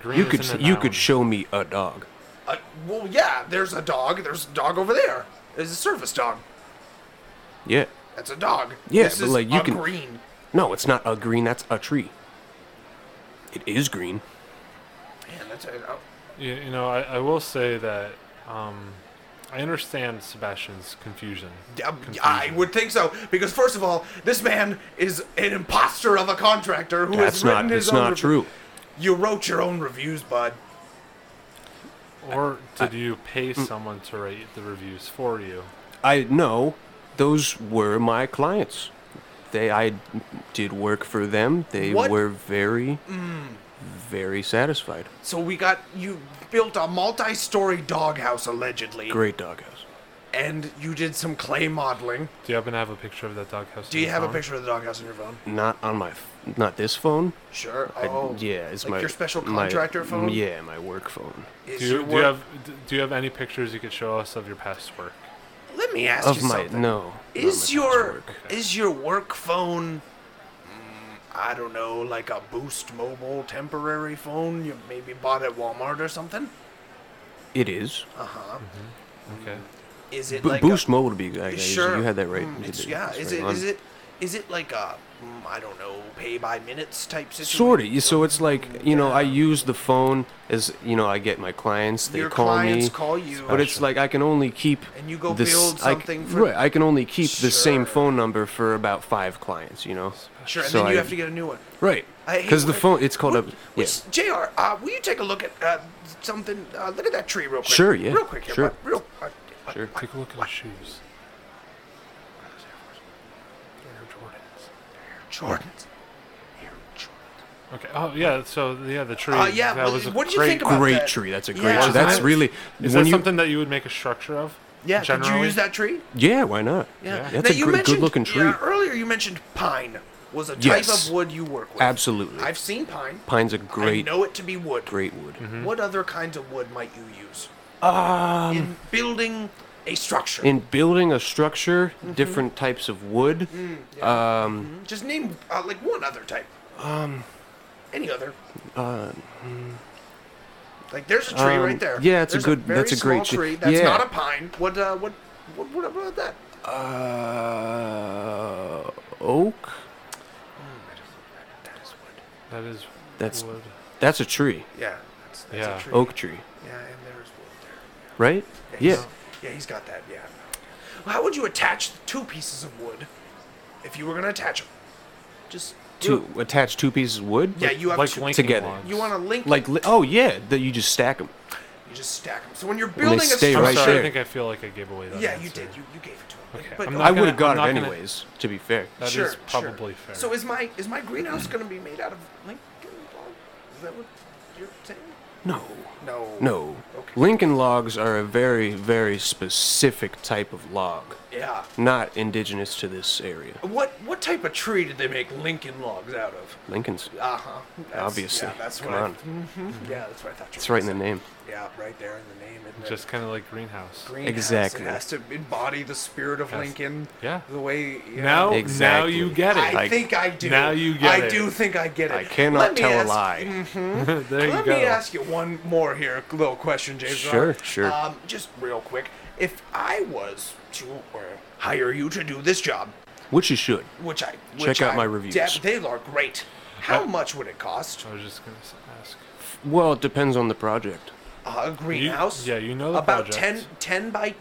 Speaker 2: Green
Speaker 4: You
Speaker 2: is
Speaker 4: could
Speaker 2: in
Speaker 4: s-
Speaker 2: the
Speaker 4: you
Speaker 2: noun.
Speaker 4: could show me a dog.
Speaker 1: a well, yeah. There's a dog. There's a dog over there. There's a service dog.
Speaker 4: Yeah.
Speaker 1: That's a dog.
Speaker 4: Yeah,
Speaker 1: this
Speaker 4: but,
Speaker 1: is
Speaker 4: like, you
Speaker 1: a
Speaker 4: can-
Speaker 1: green.
Speaker 4: No, it's not a green. That's a tree. It is green.
Speaker 1: Man, that's a, oh,
Speaker 2: You, you know, I, I will say that um, I understand Sebastian's confusion.
Speaker 1: yeah, I would think so because first of all, this man is an imposter of a contractor who
Speaker 4: That's
Speaker 1: has written
Speaker 4: not.
Speaker 1: his
Speaker 4: It's
Speaker 1: own.
Speaker 4: not
Speaker 1: rev-
Speaker 4: true.
Speaker 1: You wrote your own reviews, bud.
Speaker 2: Or did you pay
Speaker 4: Mm.
Speaker 2: someone to write the reviews for you?
Speaker 4: I no, those were my clients. They I did work for them. They
Speaker 1: What? Mm.
Speaker 4: were very very satisfied.
Speaker 1: So we got you built a multi-story doghouse allegedly,
Speaker 4: Great doghouse.
Speaker 1: and you did some clay modeling.
Speaker 2: Do you happen to have a picture of that doghouse?
Speaker 1: Do
Speaker 2: on
Speaker 1: you
Speaker 2: your
Speaker 1: have a
Speaker 4: Uh-huh.
Speaker 2: phone?
Speaker 1: picture of the doghouse on your phone?
Speaker 4: Not on my f- not this phone.
Speaker 1: Sure.
Speaker 4: I-
Speaker 1: Oh,
Speaker 4: yeah, it's
Speaker 1: like
Speaker 4: my
Speaker 1: your special
Speaker 4: my-
Speaker 1: contractor phone.
Speaker 4: Yeah, my work phone.
Speaker 1: Is
Speaker 2: Do you,
Speaker 1: your
Speaker 2: do you
Speaker 1: work-
Speaker 2: have d- Do you have any pictures you could show us of your past work?
Speaker 1: Let me ask
Speaker 4: Of
Speaker 1: you
Speaker 4: my
Speaker 1: something.
Speaker 4: no. not
Speaker 1: Is
Speaker 4: my past
Speaker 1: your
Speaker 4: work.
Speaker 1: is your work phone? mm, I don't know, like a Boost Mobile temporary phone you maybe bought at Walmart or something.
Speaker 4: It is.
Speaker 1: Uh huh.
Speaker 2: Okay.
Speaker 1: Mm-hmm. Is it
Speaker 4: Mm-hmm. Bo-
Speaker 1: like
Speaker 4: Boost
Speaker 1: a,
Speaker 4: mode would be exactly.
Speaker 1: Sure.
Speaker 4: You had that right.
Speaker 1: mm,
Speaker 4: You
Speaker 1: it's-
Speaker 4: did-
Speaker 1: yeah.
Speaker 4: that's
Speaker 1: Is
Speaker 4: right Um,
Speaker 1: it
Speaker 4: on.
Speaker 1: is it is it like a mm, I don't know pay by minutes type situation?
Speaker 4: Sort of. So it's like you know, I use the phone as you know, I get my clients. They
Speaker 1: Your
Speaker 4: call
Speaker 1: clients
Speaker 4: me.
Speaker 1: call you.
Speaker 4: But it's like I can only keep.
Speaker 1: And you go
Speaker 4: this,
Speaker 1: build
Speaker 4: I c-
Speaker 1: something for-
Speaker 4: Right. I can only keep the same
Speaker 1: Sure.
Speaker 4: phone number for about five clients. You know.
Speaker 1: sure, and
Speaker 4: so
Speaker 1: then you
Speaker 4: I-
Speaker 1: have to get a new one.
Speaker 4: Right.
Speaker 1: I hate
Speaker 4: Because the
Speaker 1: when-
Speaker 4: phone, it's called
Speaker 1: What-
Speaker 4: a. Yeah.
Speaker 1: what's- Jr. Uh, will you take a look at uh, something? Uh, look at that tree real quick.
Speaker 4: Sure, yeah,
Speaker 1: Real quick. Here,
Speaker 4: sure.
Speaker 1: bud, Real. Uh, uh,
Speaker 4: Sure.
Speaker 2: Take a look at his shoes. They're Air Jordans.
Speaker 1: Jordans. Air Jordans.
Speaker 2: Okay. Oh yeah. So yeah, the tree.
Speaker 1: Uh, yeah.
Speaker 2: That
Speaker 1: well,
Speaker 2: was a
Speaker 1: what do you
Speaker 2: great
Speaker 1: think about
Speaker 4: Great
Speaker 1: that?
Speaker 4: tree. That's a great
Speaker 1: Yeah.
Speaker 4: tree. That's
Speaker 2: Wasn't it?
Speaker 4: really.
Speaker 2: Is
Speaker 4: when
Speaker 2: that
Speaker 4: you,
Speaker 2: something that you would make a structure of?
Speaker 1: Yeah.
Speaker 2: Generally?
Speaker 1: Did you use that tree?
Speaker 4: Yeah. Why not?
Speaker 1: Yeah.
Speaker 4: That's
Speaker 1: Now,
Speaker 4: a
Speaker 1: you
Speaker 4: great,
Speaker 1: mentioned-
Speaker 4: good looking tree.
Speaker 1: Yeah, earlier you mentioned pine was a type
Speaker 4: Yes.
Speaker 1: of wood you work with.
Speaker 4: Absolutely.
Speaker 1: I've seen pine.
Speaker 4: Pine's a great,
Speaker 1: I know Mm-hmm. it to be wood.
Speaker 4: great wood.
Speaker 2: Mm-hmm.
Speaker 1: What other kinds of wood might you use
Speaker 4: Um.
Speaker 1: in building a structure?
Speaker 4: in building a structure,
Speaker 1: Mm-hmm.
Speaker 4: different types of wood.
Speaker 1: Mm,
Speaker 4: uh, um,
Speaker 1: Just name uh, like one other type. Um. Any other. Mm-hmm. Like there's a tree
Speaker 4: um,
Speaker 1: right there.
Speaker 4: yeah, it's a
Speaker 1: There's
Speaker 4: good-
Speaker 1: very
Speaker 4: that's a great
Speaker 1: small tree.
Speaker 4: tree.
Speaker 1: That's
Speaker 4: Yeah.
Speaker 1: not a pine. What? Uh, what? What? What about that?
Speaker 4: Uh, oak.
Speaker 1: That is wood.
Speaker 2: That is.
Speaker 4: That's-
Speaker 2: wood.
Speaker 4: That's a tree.
Speaker 1: Yeah. That's, that's
Speaker 2: Yeah.
Speaker 1: A tree.
Speaker 4: Oak tree,
Speaker 1: Yeah, and there's wood
Speaker 4: right?
Speaker 1: there.
Speaker 4: Yeah.
Speaker 1: he's- Yeah, he's got that. Yeah. Well, how would you attach the two pieces of wood if you were gonna attach them? Just do
Speaker 4: Two attach two pieces of wood.
Speaker 1: it. Yeah, you have
Speaker 2: like
Speaker 1: to.
Speaker 2: linking
Speaker 4: together.
Speaker 2: logs.
Speaker 1: You want to link.
Speaker 4: Like li- oh yeah, that you just stack them.
Speaker 1: You just stack them. So when you're
Speaker 4: they
Speaker 1: building a
Speaker 4: stay
Speaker 1: structure.
Speaker 2: I'm
Speaker 4: right
Speaker 2: sorry,
Speaker 4: there.
Speaker 2: I think I feel like I gave away that.
Speaker 1: Yeah, you
Speaker 2: answer.
Speaker 1: did. You, you gave it to him.
Speaker 2: Okay,
Speaker 1: But
Speaker 2: I'm
Speaker 4: I
Speaker 2: not
Speaker 1: okay,
Speaker 4: would have
Speaker 2: gonna- I'm
Speaker 4: got it
Speaker 2: not gonna-
Speaker 4: anyways. To be fair.
Speaker 2: That is
Speaker 1: sure,
Speaker 2: probably
Speaker 1: sure.
Speaker 2: fair.
Speaker 1: So is my is my greenhouse going to be made out of Lincoln log? Is that what you're saying?
Speaker 4: No.
Speaker 1: No.
Speaker 4: No.
Speaker 1: Okay.
Speaker 4: Lincoln logs are a very very specific type of log,
Speaker 1: Yeah.
Speaker 4: not indigenous to this area.
Speaker 1: What what type of tree did they make Lincoln logs out of?
Speaker 4: Lincoln's.
Speaker 1: Uh huh.
Speaker 4: Obviously.
Speaker 1: Yeah, that's
Speaker 4: Come
Speaker 1: what
Speaker 4: on.
Speaker 1: I, Mhm. Yeah, that's what I thought. you
Speaker 4: It's
Speaker 1: were
Speaker 4: right in the
Speaker 1: gonna
Speaker 4: name.
Speaker 1: say. Yeah, right there in the name. Isn't it?
Speaker 2: Just kind of like greenhouse.
Speaker 1: greenhouse.
Speaker 4: Exactly.
Speaker 1: It has to embody the spirit of
Speaker 2: Has-
Speaker 1: Lincoln.
Speaker 2: yeah.
Speaker 1: The way. Yeah.
Speaker 2: Now, now
Speaker 4: Exactly.
Speaker 2: you get
Speaker 1: I
Speaker 2: it.
Speaker 4: I-
Speaker 1: think I do.
Speaker 2: now you get
Speaker 1: I
Speaker 2: it.
Speaker 1: do think I get it.
Speaker 4: I
Speaker 1: Let
Speaker 4: cannot
Speaker 1: me
Speaker 4: tell
Speaker 1: ask- mm, Mm-hmm.
Speaker 4: a lie.
Speaker 2: there you
Speaker 1: Let
Speaker 2: go.
Speaker 1: me ask you one more here, little question, James.
Speaker 4: Sure,
Speaker 1: Robert.
Speaker 4: sure.
Speaker 1: Um, just real quick, if I was to uh, hire you to do this job,
Speaker 4: Which you should.
Speaker 1: which I
Speaker 4: Check
Speaker 1: which
Speaker 4: out
Speaker 1: I
Speaker 4: my reviews.
Speaker 1: def- they are great. How
Speaker 2: Uh,
Speaker 1: much would it cost?
Speaker 2: I was just gonna s- ask.
Speaker 4: Well, it depends on the project.
Speaker 1: Uh, a greenhouse?
Speaker 2: yeah, you know the
Speaker 1: about ten,
Speaker 2: project.
Speaker 1: ten 10 by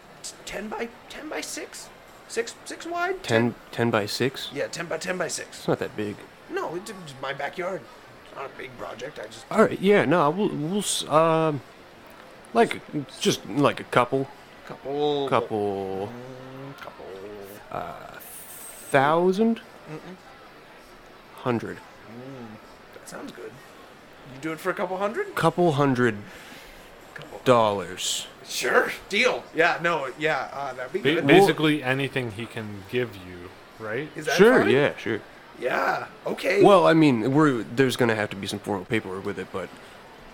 Speaker 1: ten by ten by six, six six wide.
Speaker 4: 10, 10 by 6?
Speaker 1: Yeah, ten by ten by six.
Speaker 4: It's not that big.
Speaker 1: No, it's it's my backyard. It's not a big project. I just
Speaker 4: All right, yeah, no, we'll, we'll s- um, like, just like a couple,
Speaker 1: couple
Speaker 4: couple
Speaker 1: couple.
Speaker 4: thousand?
Speaker 1: Mm-hmm.
Speaker 4: Hundred.
Speaker 1: That sounds good. You do it for a couple hundred?
Speaker 4: Couple hundred
Speaker 1: Couple.
Speaker 4: dollars.
Speaker 1: Sure, deal. Yeah, no, yeah, uh, that'd be
Speaker 2: Ba-
Speaker 1: good.
Speaker 2: basically anything he can give you, right?
Speaker 1: Is that
Speaker 4: sure,
Speaker 1: fine?
Speaker 4: yeah, sure.
Speaker 1: Yeah, okay.
Speaker 4: Well, I mean, we're, there's gonna have to be some formal paperwork with it, but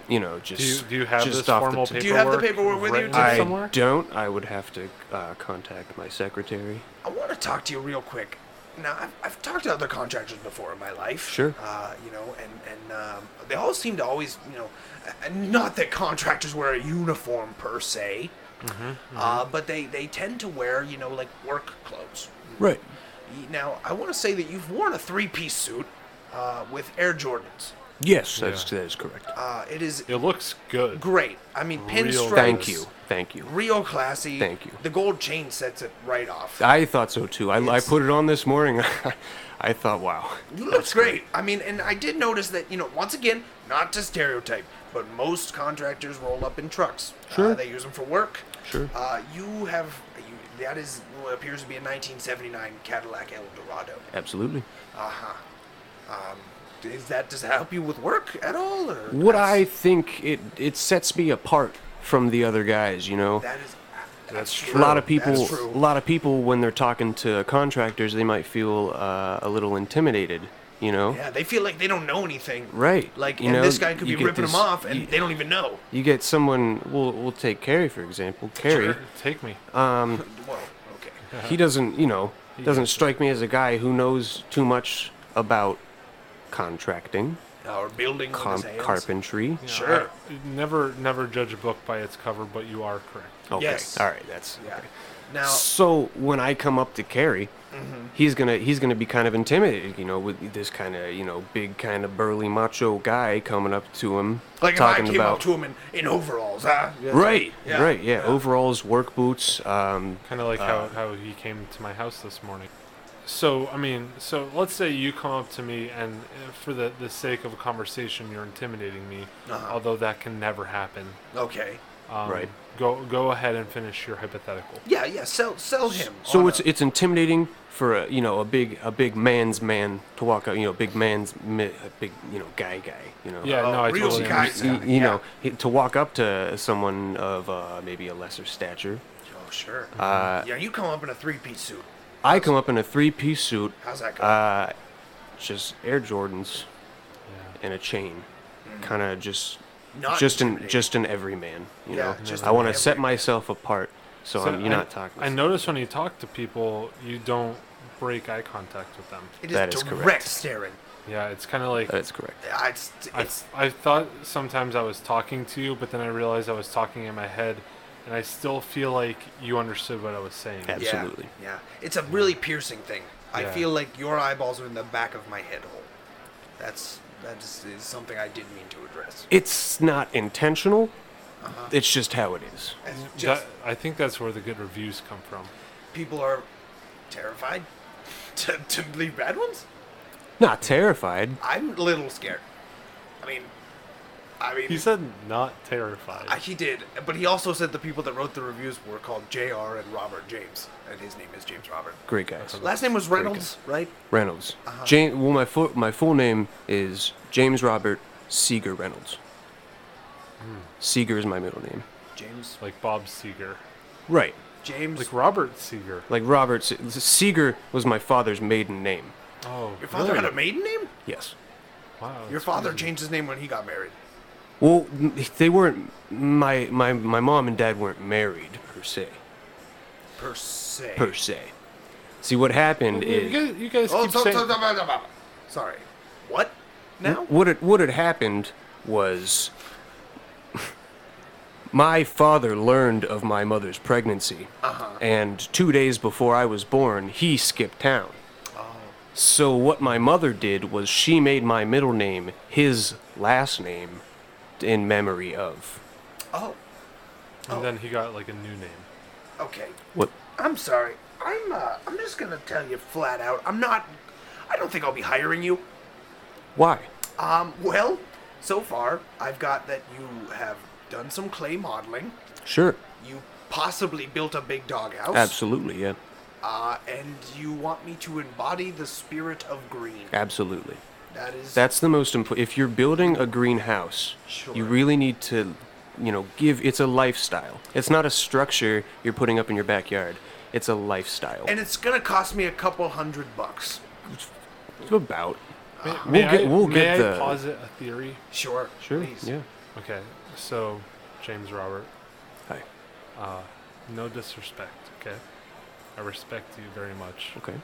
Speaker 4: you know,
Speaker 2: Do you,
Speaker 4: just
Speaker 2: do you have
Speaker 4: just
Speaker 2: this
Speaker 4: off the
Speaker 2: formal
Speaker 4: t-
Speaker 2: paperwork?
Speaker 1: Do you have the paperwork with you
Speaker 2: written
Speaker 1: to-
Speaker 4: I
Speaker 2: somewhere?
Speaker 4: don't. I would have to uh, contact my secretary.
Speaker 1: I want to talk to you real quick. Now, I've, I've talked to other contractors before in my life.
Speaker 4: Sure.
Speaker 1: Uh, you know, and and um, they all seem to always, you know, uh, not that contractors wear a uniform per se,
Speaker 4: Mm-hmm,
Speaker 1: uh, but they they tend to wear, you know, like work clothes.
Speaker 4: Right.
Speaker 1: Y- Now, I want to say that you've worn a three-piece suit uh, with Air Jordans.
Speaker 4: Yes, that's that is correct.
Speaker 1: Uh, it is
Speaker 2: It looks good.
Speaker 1: great. I mean,
Speaker 2: Real-
Speaker 1: pinstripes.
Speaker 4: Thank you. Thank you.
Speaker 1: Real classy.
Speaker 4: Thank you.
Speaker 1: The gold chain sets it right off.
Speaker 4: I thought so too. I, I
Speaker 1: It's-
Speaker 4: put it on this morning. I thought, wow.
Speaker 1: You looked great. I mean, and I did notice that, you know, once again, not to stereotype, but most contractors roll up in trucks. Uh,
Speaker 4: Sure.
Speaker 1: they use them for work.
Speaker 4: Sure.
Speaker 1: Uh, you have, you, that is what appears to be a 1979 Cadillac Eldorado.
Speaker 4: Absolutely.
Speaker 1: Is that, does that help you with work at all? Or
Speaker 4: What
Speaker 1: that's-
Speaker 4: I think it it sets me apart from the other guys, you know.
Speaker 1: That is.
Speaker 2: That's
Speaker 4: a lot of
Speaker 1: That's
Speaker 4: people,
Speaker 1: true.
Speaker 4: a lot of people, when they're talking to contractors, they might feel uh, a little intimidated, you know.
Speaker 1: Yeah, they feel like they don't know anything.
Speaker 4: Right.
Speaker 1: Like,
Speaker 4: You
Speaker 1: and
Speaker 4: know,
Speaker 1: this guy could be
Speaker 4: you get
Speaker 1: ripping
Speaker 4: this-
Speaker 1: them off, and
Speaker 4: you-
Speaker 1: they don't even know.
Speaker 4: You get someone. We'll we'll take Carrie for example. Carrie,
Speaker 1: Uh-huh.
Speaker 2: Take me.
Speaker 1: Uh, Whoa, okay.
Speaker 4: he doesn't, you know, doesn't strike me as a guy who knows too much about contracting,
Speaker 1: Or building with
Speaker 4: com-
Speaker 1: his hands.
Speaker 4: carpentry.
Speaker 1: Sure.
Speaker 2: I- never, never judge a book by its cover, but you are correct.
Speaker 4: Okay.
Speaker 1: Yes.
Speaker 4: All right. That's
Speaker 1: Yeah.
Speaker 4: okay.
Speaker 1: Now,
Speaker 4: So when I come up to Carrie,
Speaker 1: Mm-hmm.
Speaker 4: he's gonna he's gonna be kind of intimidated, you know, with this kind of you know big kind of burly macho guy coming up to him,
Speaker 1: Like if I
Speaker 4: talking
Speaker 1: came
Speaker 4: about
Speaker 1: up to him in, in overalls, huh?
Speaker 4: right,
Speaker 1: Yeah.
Speaker 4: right, yeah, overalls, work boots. Um,
Speaker 2: Kind of like
Speaker 1: Uh.
Speaker 2: how, how he came to my house this morning. So, I mean, so let's say you come up to me, and uh, for the, the sake of a conversation, you're intimidating me,
Speaker 1: Uh-huh.
Speaker 2: although that can never happen.
Speaker 1: Okay.
Speaker 2: Um,
Speaker 4: Right.
Speaker 2: Go, go ahead and finish your hypothetical.
Speaker 1: Yeah, yeah. Sell sell him.
Speaker 4: so
Speaker 1: on
Speaker 4: it's
Speaker 1: a-
Speaker 4: it's intimidating for a you know a big a big man's man to walk out, you know, big man's mi- a big you know guy guy, you know.
Speaker 2: Yeah,
Speaker 1: Oh,
Speaker 2: no, I
Speaker 1: real
Speaker 2: totally
Speaker 1: guy.
Speaker 2: understand.
Speaker 4: Y-
Speaker 1: Yeah,
Speaker 4: you
Speaker 1: yeah.
Speaker 4: know, he- to walk up to someone of uh, maybe a lesser stature.
Speaker 1: oh sure.
Speaker 4: Uh,
Speaker 1: yeah, you come up in a three piece suit.
Speaker 4: I come up in a three-piece suit,
Speaker 1: How's that going?
Speaker 4: uh, just Air Jordans
Speaker 2: Yeah.
Speaker 4: and a chain, kind of just,
Speaker 1: Not
Speaker 4: just an
Speaker 1: intimidating.
Speaker 4: just an everyman. You
Speaker 1: Yeah,
Speaker 4: know,
Speaker 1: just
Speaker 4: I
Speaker 1: an
Speaker 4: want to set
Speaker 1: everyman.
Speaker 4: myself apart, so,
Speaker 2: So
Speaker 4: I'm, you're
Speaker 2: I-
Speaker 4: not talking.
Speaker 2: I notice when you talk to people, you don't break eye contact with them.
Speaker 1: It
Speaker 4: that
Speaker 1: is
Speaker 4: is
Speaker 1: direct
Speaker 4: correct.
Speaker 1: staring.
Speaker 2: Yeah, it's kind of like
Speaker 4: That's correct.
Speaker 1: Uh, It's,
Speaker 2: I,
Speaker 1: it's,
Speaker 2: I thought sometimes I was talking to you, but then I realized I was talking in my head, and I still feel like you understood what I was saying.
Speaker 4: Ab-
Speaker 1: yeah,
Speaker 4: absolutely.
Speaker 1: Yeah, It's a really piercing thing. I
Speaker 2: Yeah.
Speaker 1: feel like your eyeballs are in the back of my head hole. That's that is, is something I didn't mean to address.
Speaker 4: It's not intentional.
Speaker 1: Uh-huh.
Speaker 4: It's just how it is.
Speaker 1: It's
Speaker 2: That,
Speaker 1: just
Speaker 2: I think that's where the good reviews come from.
Speaker 1: people are terrified to to leave bad ones.
Speaker 4: Not terrified.
Speaker 1: I'm a little scared. I mean, I mean,
Speaker 2: He said not terrified.
Speaker 1: Uh, he did, but he also said the people that wrote the reviews were called J.R. and Robert James, and his name is James Robert.
Speaker 4: Great guys.
Speaker 1: Last name was Reynolds, right?
Speaker 4: Reynolds.
Speaker 1: Uh-huh.
Speaker 4: James. Well, my full my full name is James Robert Seeger Reynolds.
Speaker 2: Hmm.
Speaker 4: Seeger is my middle name.
Speaker 1: James.
Speaker 2: like Bob Seeger,
Speaker 4: Right.
Speaker 1: James.
Speaker 2: like Robert Seeger.
Speaker 4: Like Robert Se- Seeger was my father's maiden name.
Speaker 2: Oh,
Speaker 1: your father had a maiden name.
Speaker 4: Yes.
Speaker 2: wow.
Speaker 1: Your
Speaker 2: that's
Speaker 1: father
Speaker 2: crazy.
Speaker 1: changed his name when he got married.
Speaker 4: Well, m- they weren't. My my my mom and dad weren't married per se.
Speaker 1: Per se.
Speaker 4: Per se. See what happened
Speaker 2: You
Speaker 4: is
Speaker 2: guys, you guys
Speaker 1: oh,
Speaker 2: keep
Speaker 1: so, so,
Speaker 2: saying.
Speaker 1: so, so- so- sorry. What? Now?
Speaker 4: what it what had happened was my father learned of my mother's pregnancy, and two days before I was born, he skipped town. Oh. So what my mother did was she made my middle name his last name, in memory of
Speaker 1: Oh,
Speaker 2: and then he got like a new name.
Speaker 1: okay.
Speaker 4: what
Speaker 1: I'm sorry. I'm uh, I'm just gonna tell you flat out. I'm not. I don't think I'll be hiring you.
Speaker 4: Why?
Speaker 1: Um. Well, so far I've got that you have done some clay modeling.
Speaker 4: Sure.
Speaker 1: You possibly built a big doghouse.
Speaker 4: Absolutely, yeah.
Speaker 1: Uh, and you want me to embody the spirit of green.
Speaker 4: Absolutely.
Speaker 1: That is.
Speaker 4: That's the most important. If you're building a greenhouse,
Speaker 1: Sure.
Speaker 4: you really need to, you know, give it's a lifestyle. It's not a structure you're putting up in your backyard. It's a lifestyle.
Speaker 1: and it's gonna cost me a couple hundred bucks.
Speaker 4: about
Speaker 2: May,
Speaker 4: we'll get-
Speaker 2: I,
Speaker 4: we'll
Speaker 2: may
Speaker 4: get
Speaker 2: I
Speaker 4: the-
Speaker 2: posit a theory?
Speaker 1: Sure.
Speaker 4: sure.
Speaker 1: Please.
Speaker 4: Yeah.
Speaker 2: Okay, so James Robert.
Speaker 4: Hi.
Speaker 2: Uh, no disrespect, okay? I respect you very much.
Speaker 4: Okay.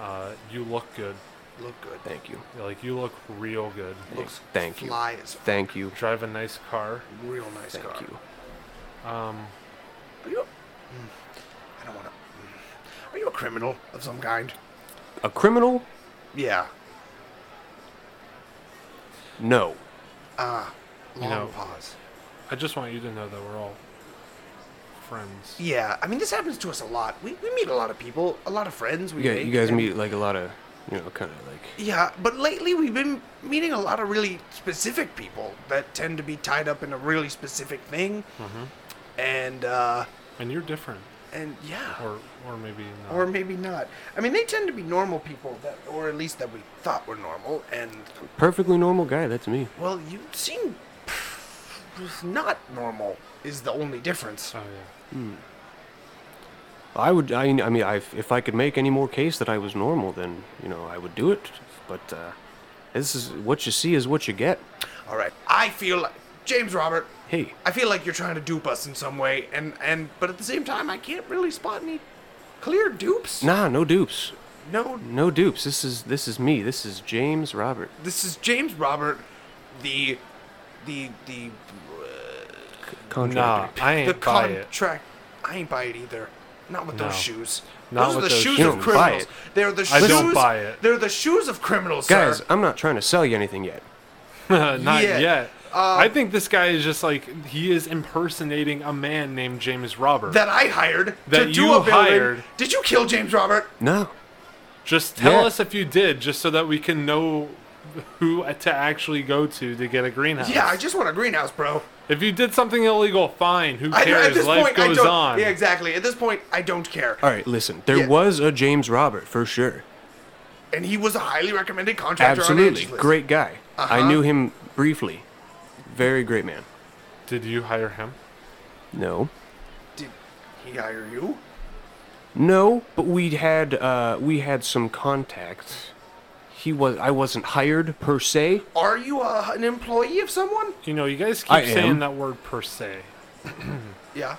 Speaker 2: Uh, you look good.
Speaker 1: Look good.
Speaker 4: Thank you.
Speaker 2: Like you look real good.
Speaker 1: Looks
Speaker 4: Thank you.
Speaker 1: fly as f-
Speaker 4: Thank you.
Speaker 2: Drive a nice car.
Speaker 1: real nice
Speaker 4: Thank
Speaker 1: car.
Speaker 4: you.
Speaker 2: Um,
Speaker 1: Are you? A, mm, I don't want to. Are you a criminal of some kind?
Speaker 4: A criminal?
Speaker 1: Yeah.
Speaker 4: No.
Speaker 1: Ah.
Speaker 2: You
Speaker 1: Long
Speaker 2: know-
Speaker 1: pause.
Speaker 2: I just want you to know that we're all friends.
Speaker 1: Yeah, I mean this happens to us a lot. We, we meet a lot of people, a lot of friends. We
Speaker 4: You guys,
Speaker 1: make,
Speaker 4: you guys
Speaker 1: and-
Speaker 4: meet like a lot of, you know, kind of like.
Speaker 1: Yeah, but lately we've been meeting a lot of really specific people that tend to be tied up in a really specific thing, and uh,
Speaker 2: And you're different,
Speaker 1: and yeah,
Speaker 2: or or maybe not.
Speaker 1: or maybe not. I mean they tend to be normal people that, or at least that we thought were normal, and
Speaker 4: Perfectly normal guy. That's me.
Speaker 1: well, you seem not normal is the only difference.
Speaker 2: oh yeah.
Speaker 4: I would. I, I mean, I, if I could make any more case that I was normal, then you know I would do it. But uh, this is what you see is what you get.
Speaker 1: All right, I feel like James Robert.
Speaker 4: Hey,
Speaker 1: I feel like you're trying to dupe us in some way, and and but at the same time, I can't really spot any clear dupes.
Speaker 4: nah, no dupes,
Speaker 1: No,
Speaker 4: no dupes. This is this is me. This is James Robert.
Speaker 1: this is James Robert, the the the uh,
Speaker 4: C-
Speaker 2: Nah,
Speaker 4: contractor.
Speaker 2: I
Speaker 1: the
Speaker 2: ain't buy it.
Speaker 1: contract. I ain't buy it either. Not with
Speaker 2: No.
Speaker 1: those shoes.
Speaker 2: Not
Speaker 1: those are
Speaker 2: with
Speaker 1: the
Speaker 2: those
Speaker 1: shoes,
Speaker 2: shoes.
Speaker 1: of
Speaker 4: You don't buy
Speaker 1: criminals.
Speaker 4: it.
Speaker 1: They're the shoes.
Speaker 2: I don't buy it. uh,
Speaker 1: They're the shoes of criminals,
Speaker 4: Guys,
Speaker 1: sir.
Speaker 4: I'm not trying to sell you anything yet.
Speaker 2: not
Speaker 1: Yeah,
Speaker 2: yet.
Speaker 1: um,
Speaker 2: I think this guy is just like he is impersonating a man named James Robert.
Speaker 1: That I hired to
Speaker 2: That
Speaker 1: do
Speaker 2: you
Speaker 1: a building.
Speaker 2: hired.
Speaker 1: Did you kill James Robert?
Speaker 4: No,
Speaker 2: just tell
Speaker 4: Yeah.
Speaker 2: us if you did, just so that we can know who to actually go to to get a greenhouse.
Speaker 1: Yeah, I just want a greenhouse, bro.
Speaker 2: if you did something illegal, fine. Who
Speaker 1: I, at
Speaker 2: cares?
Speaker 1: this
Speaker 2: Life
Speaker 1: point, I
Speaker 2: goes
Speaker 1: don't.
Speaker 2: on.
Speaker 1: Yeah, exactly. At this point, I don't care.
Speaker 4: All right, listen. There
Speaker 1: Yeah.
Speaker 4: was a James Robert for sure.
Speaker 1: And he was a highly recommended contractor. on
Speaker 4: Absolutely,
Speaker 1: Angie's list.
Speaker 4: great guy.
Speaker 1: Uh-huh.
Speaker 4: I knew him briefly. Very great man.
Speaker 2: Did you hire him?
Speaker 4: No,
Speaker 1: Did he hire you?
Speaker 4: no, but we had uh, we had some contacts. He was I wasn't hired per se.
Speaker 1: Are you uh, an employee of someone?
Speaker 2: You know, you guys keep
Speaker 4: I
Speaker 2: saying
Speaker 4: am.
Speaker 2: that word per se.
Speaker 1: Yeah.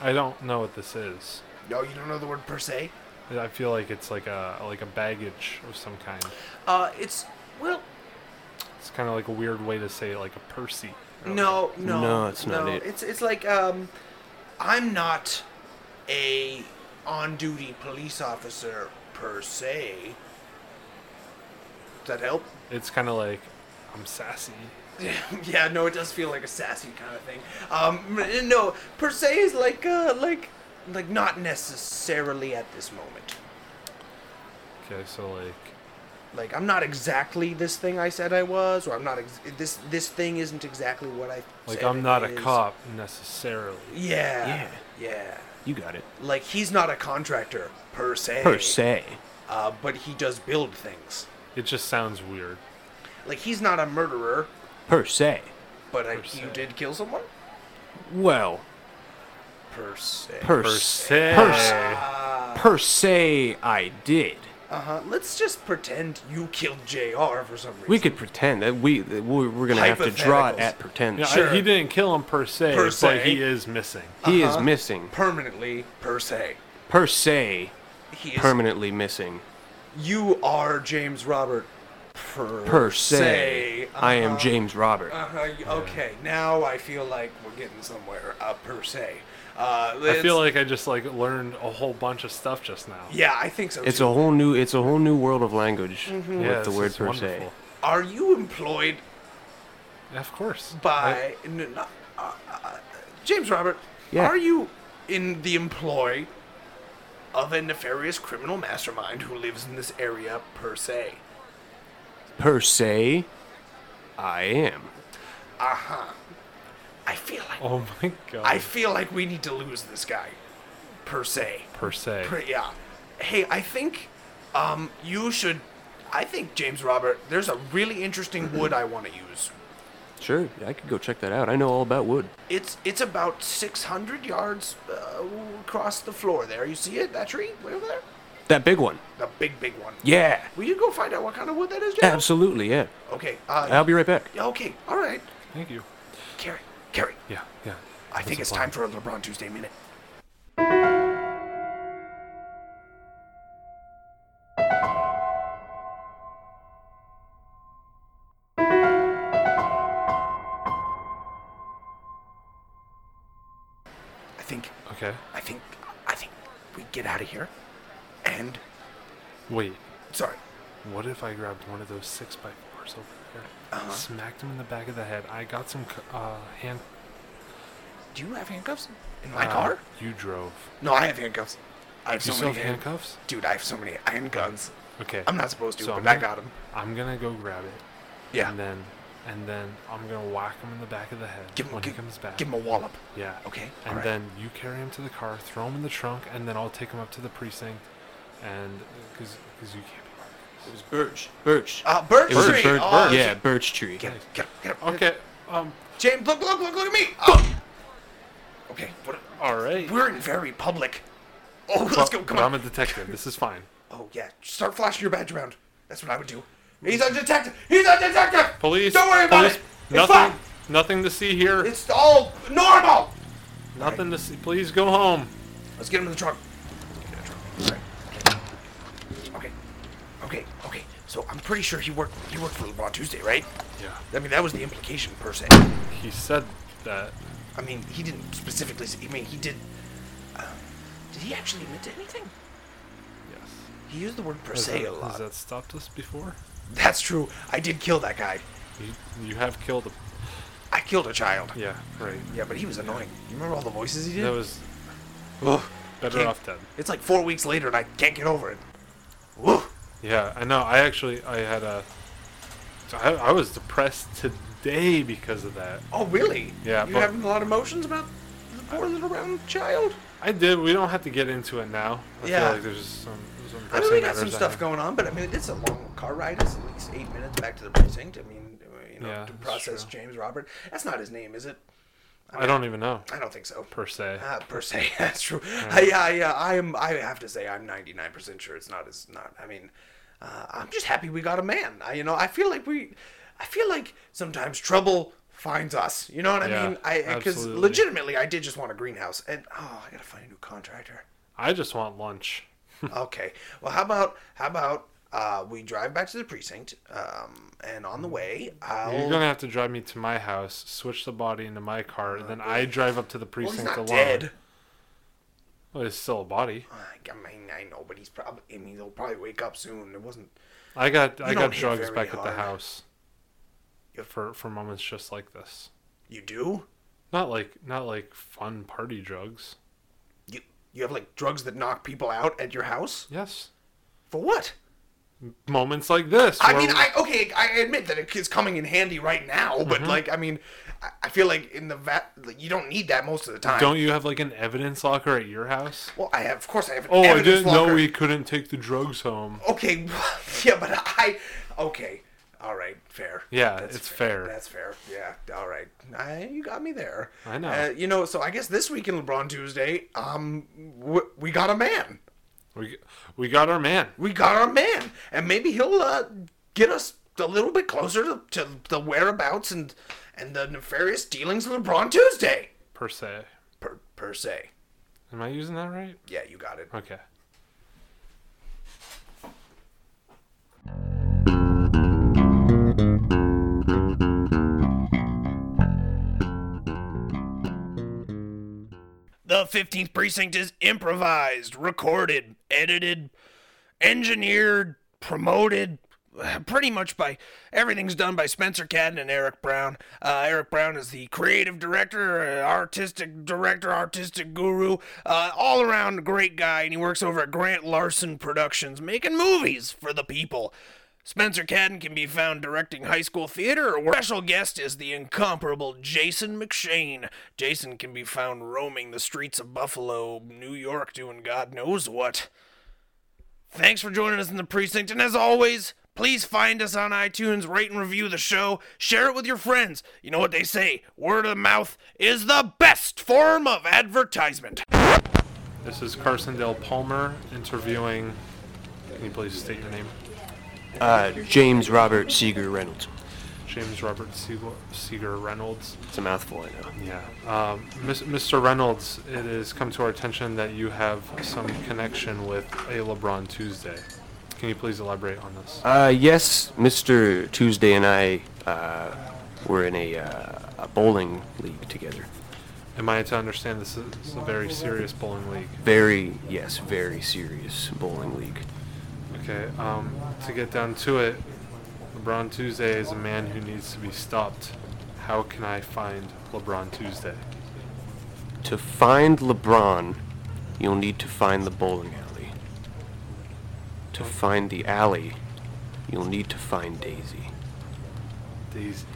Speaker 2: I don't know what this is.
Speaker 1: No, you don't know the word per se.
Speaker 2: I feel like it's like a like a baggage of some kind.
Speaker 1: Uh, it's well,
Speaker 2: It's kind of like a weird way to say it, like a Percy.
Speaker 1: no, no,
Speaker 4: No, it's not
Speaker 1: no.
Speaker 4: it.
Speaker 1: It's it's like um, I'm not a on-duty police officer per se. Does that help?
Speaker 2: It's kind of like I'm sassy.
Speaker 1: yeah, no, it does feel like a sassy kind of thing. Um, m- no, per se is like uh, like like not necessarily at this moment.
Speaker 2: Okay, so like
Speaker 1: like I'm not exactly this thing I said I was, or I'm not ex- this this thing isn't exactly what I
Speaker 2: like
Speaker 1: said
Speaker 2: I'm
Speaker 1: it
Speaker 2: not a
Speaker 1: is.
Speaker 2: cop necessarily.
Speaker 1: Yeah, yeah, yeah.
Speaker 4: You got it.
Speaker 1: Like he's not a contractor per se.
Speaker 4: Per se.
Speaker 1: Uh, but he does build things.
Speaker 2: It just sounds weird.
Speaker 1: Like he's not a murderer,
Speaker 4: Per se.
Speaker 1: but I,
Speaker 2: Per se.
Speaker 1: you did kill someone
Speaker 4: Well,
Speaker 1: per se.
Speaker 4: per,
Speaker 2: Per
Speaker 4: se.
Speaker 2: se.
Speaker 4: Per se. Per se, I did.
Speaker 1: uh huh. Let's just pretend you killed Jr. for some reason.
Speaker 4: We could pretend that we that we- we're gonna have to draw
Speaker 1: Hypotheticals.
Speaker 4: it at pretend.
Speaker 2: Yeah, I-
Speaker 1: Sure.
Speaker 2: he didn't kill him per se,
Speaker 1: Per
Speaker 2: but
Speaker 1: se.
Speaker 2: he is missing.
Speaker 4: He
Speaker 1: Uh-huh.
Speaker 4: is missing.
Speaker 1: permanently per se.
Speaker 4: Per se,
Speaker 1: He is.
Speaker 4: permanently missing.
Speaker 1: you are James Robert. Per,
Speaker 4: Per se, I am
Speaker 1: Uh-huh.
Speaker 4: James Robert.
Speaker 1: Uh, huh. okay, now I feel like we're getting somewhere, uh, per se. Uh,
Speaker 2: I feel like I just like learned a whole bunch of stuff just now.
Speaker 1: Yeah, I think so.
Speaker 4: It's
Speaker 1: too.
Speaker 4: a whole new it's a whole new world of language with
Speaker 2: Yeah,
Speaker 4: the
Speaker 2: this
Speaker 4: word
Speaker 2: is
Speaker 4: per se.
Speaker 2: Mm-hmm. wonderful.
Speaker 1: Are you employed
Speaker 2: Yeah, Of course. I-
Speaker 1: by. n- not- uh, uh, James Robert,
Speaker 4: Yeah.
Speaker 1: are you in the employ of a nefarious criminal mastermind who lives in this area, per se?
Speaker 4: Per se, I am.
Speaker 1: Uh huh. I feel like.
Speaker 2: oh my god.
Speaker 1: I feel like we need to lose this guy, per se.
Speaker 2: per se.
Speaker 1: Pre- yeah. Hey, I think um, you should. I think James Robert. There's a really interesting wood I want to use.
Speaker 4: Sure, I could go check that out. I know all about wood.
Speaker 1: It's it's about 600 yards uh, across the floor. There, you see it? That tree way over there?
Speaker 4: That big one.
Speaker 1: The big, big one.
Speaker 4: Yeah.
Speaker 1: Will you go find out what kind of wood that is, James?
Speaker 4: Absolutely, yeah.
Speaker 1: Okay. Uh,
Speaker 4: I'll be right back.
Speaker 1: okay. All right.
Speaker 2: Thank you.
Speaker 1: Carrie, Carrie,
Speaker 2: Yeah, yeah.
Speaker 1: I think
Speaker 2: a
Speaker 1: it's
Speaker 2: plan.
Speaker 1: time for a LeBron Tuesday minute. I think,
Speaker 2: Okay.
Speaker 1: I think, I think we get out of here, and
Speaker 2: Wait.
Speaker 1: sorry,
Speaker 2: What if I grabbed one of those six by fours over there,
Speaker 1: Uh-huh.
Speaker 2: smacked him in the back of the head? I got some c- uh, hand.
Speaker 1: do you have handcuffs in my
Speaker 2: uh,
Speaker 1: car?
Speaker 2: You drove.
Speaker 1: No, I have handcuffs. I have so
Speaker 2: Do you still
Speaker 1: many
Speaker 2: have
Speaker 1: hand-
Speaker 2: handcuffs?
Speaker 1: Dude, I have so many handguns.
Speaker 2: Okay.
Speaker 1: I'm not supposed to,
Speaker 2: So
Speaker 1: but
Speaker 2: I'm
Speaker 1: I
Speaker 2: gonna-
Speaker 1: got them.
Speaker 2: I'm gonna go grab it.
Speaker 1: Yeah.
Speaker 2: And then, and then I'm gonna whack him in the back of the head
Speaker 1: Give him,
Speaker 2: when
Speaker 1: give,
Speaker 2: he comes back.
Speaker 1: give him a wallop.
Speaker 2: yeah.
Speaker 1: Okay,
Speaker 2: And
Speaker 1: alright.
Speaker 2: then you carry him to the car, throw him in the trunk, and then I'll take him up to the precinct, and because because you can't be. part of
Speaker 4: It was birch. Birch.
Speaker 1: Uh, birch
Speaker 4: it was
Speaker 1: tree.
Speaker 4: a birch.
Speaker 1: Oh,
Speaker 4: Yeah, birch tree.
Speaker 1: Get him, get him, get him.
Speaker 2: this. Okay. Um.
Speaker 1: James, look, look, look, look at me. Oh. Okay, what,
Speaker 2: All right.
Speaker 1: we're in very public. Oh, let's
Speaker 2: But-
Speaker 1: go, come
Speaker 2: but
Speaker 1: on.
Speaker 2: I'm a detective. This is fine.
Speaker 1: oh, yeah, start flashing your badge around. That's what I would do. He's a detective. He's a detective.
Speaker 2: Police.
Speaker 1: Don't worry about
Speaker 2: police,
Speaker 1: it. It's
Speaker 2: Nothing.
Speaker 1: fine.
Speaker 2: Nothing to see here.
Speaker 1: It's all normal.
Speaker 2: nothing to see. Please go home.
Speaker 1: Let's get him in the trunk. Get in the trunk. All right. Okay. Okay. Okay. So I'm pretty sure he worked. He worked for LeBron Tuesday, right?
Speaker 2: Yeah.
Speaker 1: I mean, that was the implication per se.
Speaker 2: He said that.
Speaker 1: I mean, he didn't specifically. Say, I mean, he did. Uh, did he actually admit to anything?
Speaker 2: Yes.
Speaker 1: He used the word per
Speaker 2: Has
Speaker 1: se
Speaker 2: that-
Speaker 1: a
Speaker 2: Has
Speaker 1: lot.
Speaker 2: that stopped us before?
Speaker 1: That's true. I did kill that guy.
Speaker 2: You, you have killed him.
Speaker 1: I killed a child.
Speaker 2: Yeah. Right.
Speaker 1: Yeah, but he was annoying. You remember all the voices he did?
Speaker 2: That was
Speaker 1: Ugh.
Speaker 2: better
Speaker 1: Can't-
Speaker 2: off dead.
Speaker 1: It's like four weeks later, and I can't get over it. Woo.
Speaker 2: Yeah, I know. I actually, I had a, I, I was depressed today because of that.
Speaker 1: Oh, really?
Speaker 2: Yeah,
Speaker 1: You
Speaker 2: but-
Speaker 1: having a lot of emotions about the poor little round child?
Speaker 2: I did. We don't have to get into it now. I
Speaker 1: Yeah.
Speaker 2: feel like there's just some. some
Speaker 1: I mean,
Speaker 2: pressing
Speaker 1: we got some
Speaker 2: matters I
Speaker 1: stuff
Speaker 2: have.
Speaker 1: going on, but I mean, it's a long car ride. It's at least eight minutes back to the precinct. I mean, you know,
Speaker 2: Yeah,
Speaker 1: to
Speaker 2: that's
Speaker 1: process
Speaker 2: true.
Speaker 1: James Robert. That's not his name, is it?
Speaker 2: I don't even know
Speaker 1: I don't think so.
Speaker 2: per se.
Speaker 1: Uh, per se, that's true. I, I, uh, I am. I have to say, I'm 99% sure it's not. It's not. I mean, uh, I'm just happy we got a man. I, you know, I feel like we, I feel like sometimes trouble finds us. You know what I
Speaker 2: Yeah,
Speaker 1: mean? I because
Speaker 2: absolutely.
Speaker 1: legitimately, I did just want a greenhouse, and oh, I gotta find a new contractor.
Speaker 2: I just want lunch.
Speaker 1: okay. Well, how about how about uh, we drive back to the precinct, um, and on the way, I'll.
Speaker 2: You're gonna have to drive me to my house, switch the body into my car, and then I drive up to the
Speaker 1: well, he's
Speaker 2: precinct
Speaker 1: not
Speaker 2: alone.
Speaker 1: dead.
Speaker 2: Well, it's still a body.
Speaker 1: I mean, I know, but he's probably. I mean, he'll probably wake up soon. It wasn't.
Speaker 2: I got I
Speaker 1: don't
Speaker 2: got
Speaker 1: hit
Speaker 2: drugs
Speaker 1: very
Speaker 2: back at
Speaker 1: hard.
Speaker 2: the house.
Speaker 1: Yep.
Speaker 2: For for moments just like this.
Speaker 1: You do.
Speaker 2: Not like not like fun party drugs.
Speaker 1: You you have like drugs that knock people out at your house
Speaker 2: Yes.
Speaker 1: for what?
Speaker 2: Moments like this.
Speaker 1: I
Speaker 2: where
Speaker 1: mean,
Speaker 2: we-
Speaker 1: I okay, I admit that it is coming in handy right now, but
Speaker 2: Mm-hmm.
Speaker 1: like, I mean, I, I feel like in the va- like, you don't need that most of the time.
Speaker 2: Don't you have like an evidence locker at your house?
Speaker 1: Well, I have, of course, I have. An
Speaker 2: Oh, I
Speaker 1: evidence
Speaker 2: didn't know
Speaker 1: locker.
Speaker 2: we couldn't take the drugs home.
Speaker 1: Okay, yeah, but I. Okay, all right, fair.
Speaker 2: Yeah, it's fair.
Speaker 1: That's fair. Yeah, all right. I, you got me there.
Speaker 2: I know.
Speaker 1: Uh, you know, so I guess this week in LeBron Tuesday, um, w- we got a man.
Speaker 2: We we got our man.
Speaker 1: we got our man, and maybe he'll uh, get us a little bit closer to, to the whereabouts and and the nefarious dealings of LeBron Tuesday.
Speaker 2: Per se.
Speaker 1: Per per se,
Speaker 2: Am I using that right?
Speaker 1: yeah, you got it.
Speaker 2: Okay.
Speaker 1: The fifteenth precinct is improvised, recorded, edited, engineered, promoted. uh, Pretty much by everything's done by Spencer Cadden and Eric Brown. Uh, Eric Brown is the creative director, uh, artistic director, artistic guru, uh, all around great guy, and he works over at Grant Larson Productions, making movies for the people. Spencer Cadden can be found directing high school theater, or special guest is the incomparable Jason McShane. Jason can be found roaming the streets of Buffalo, New York, doing God knows what. Thanks for joining us in the precinct, and as always, please find us on iTunes, rate and review the show, share it with your friends. You know what they say word of mouth is the best form of advertisement.
Speaker 2: This is Carson Dale Palmer interviewing. Can you please state your name?
Speaker 4: Uh, James Robert Seeger Reynolds.
Speaker 2: James Robert Seager, Seager Reynolds.
Speaker 4: It's a mouthful, I know.
Speaker 2: Yeah. Um, Mis- Mr. Reynolds, it has come to our attention that you have some connection with a LeBron Tuesday. Can you please elaborate on this?
Speaker 4: Uh, yes, Mr. Tuesday and I uh, were in a, uh, a bowling league together.
Speaker 2: Am I to understand this is a very serious bowling league?
Speaker 4: Very, yes, very serious bowling league.
Speaker 2: Okay, um, to get down to it, LeBron Tuesday is a man who needs to be stopped. How can I find LeBron Tuesday?
Speaker 4: To find LeBron, you'll need to find the bowling alley. To find the alley, you'll need to find Daisy.
Speaker 2: Daisy.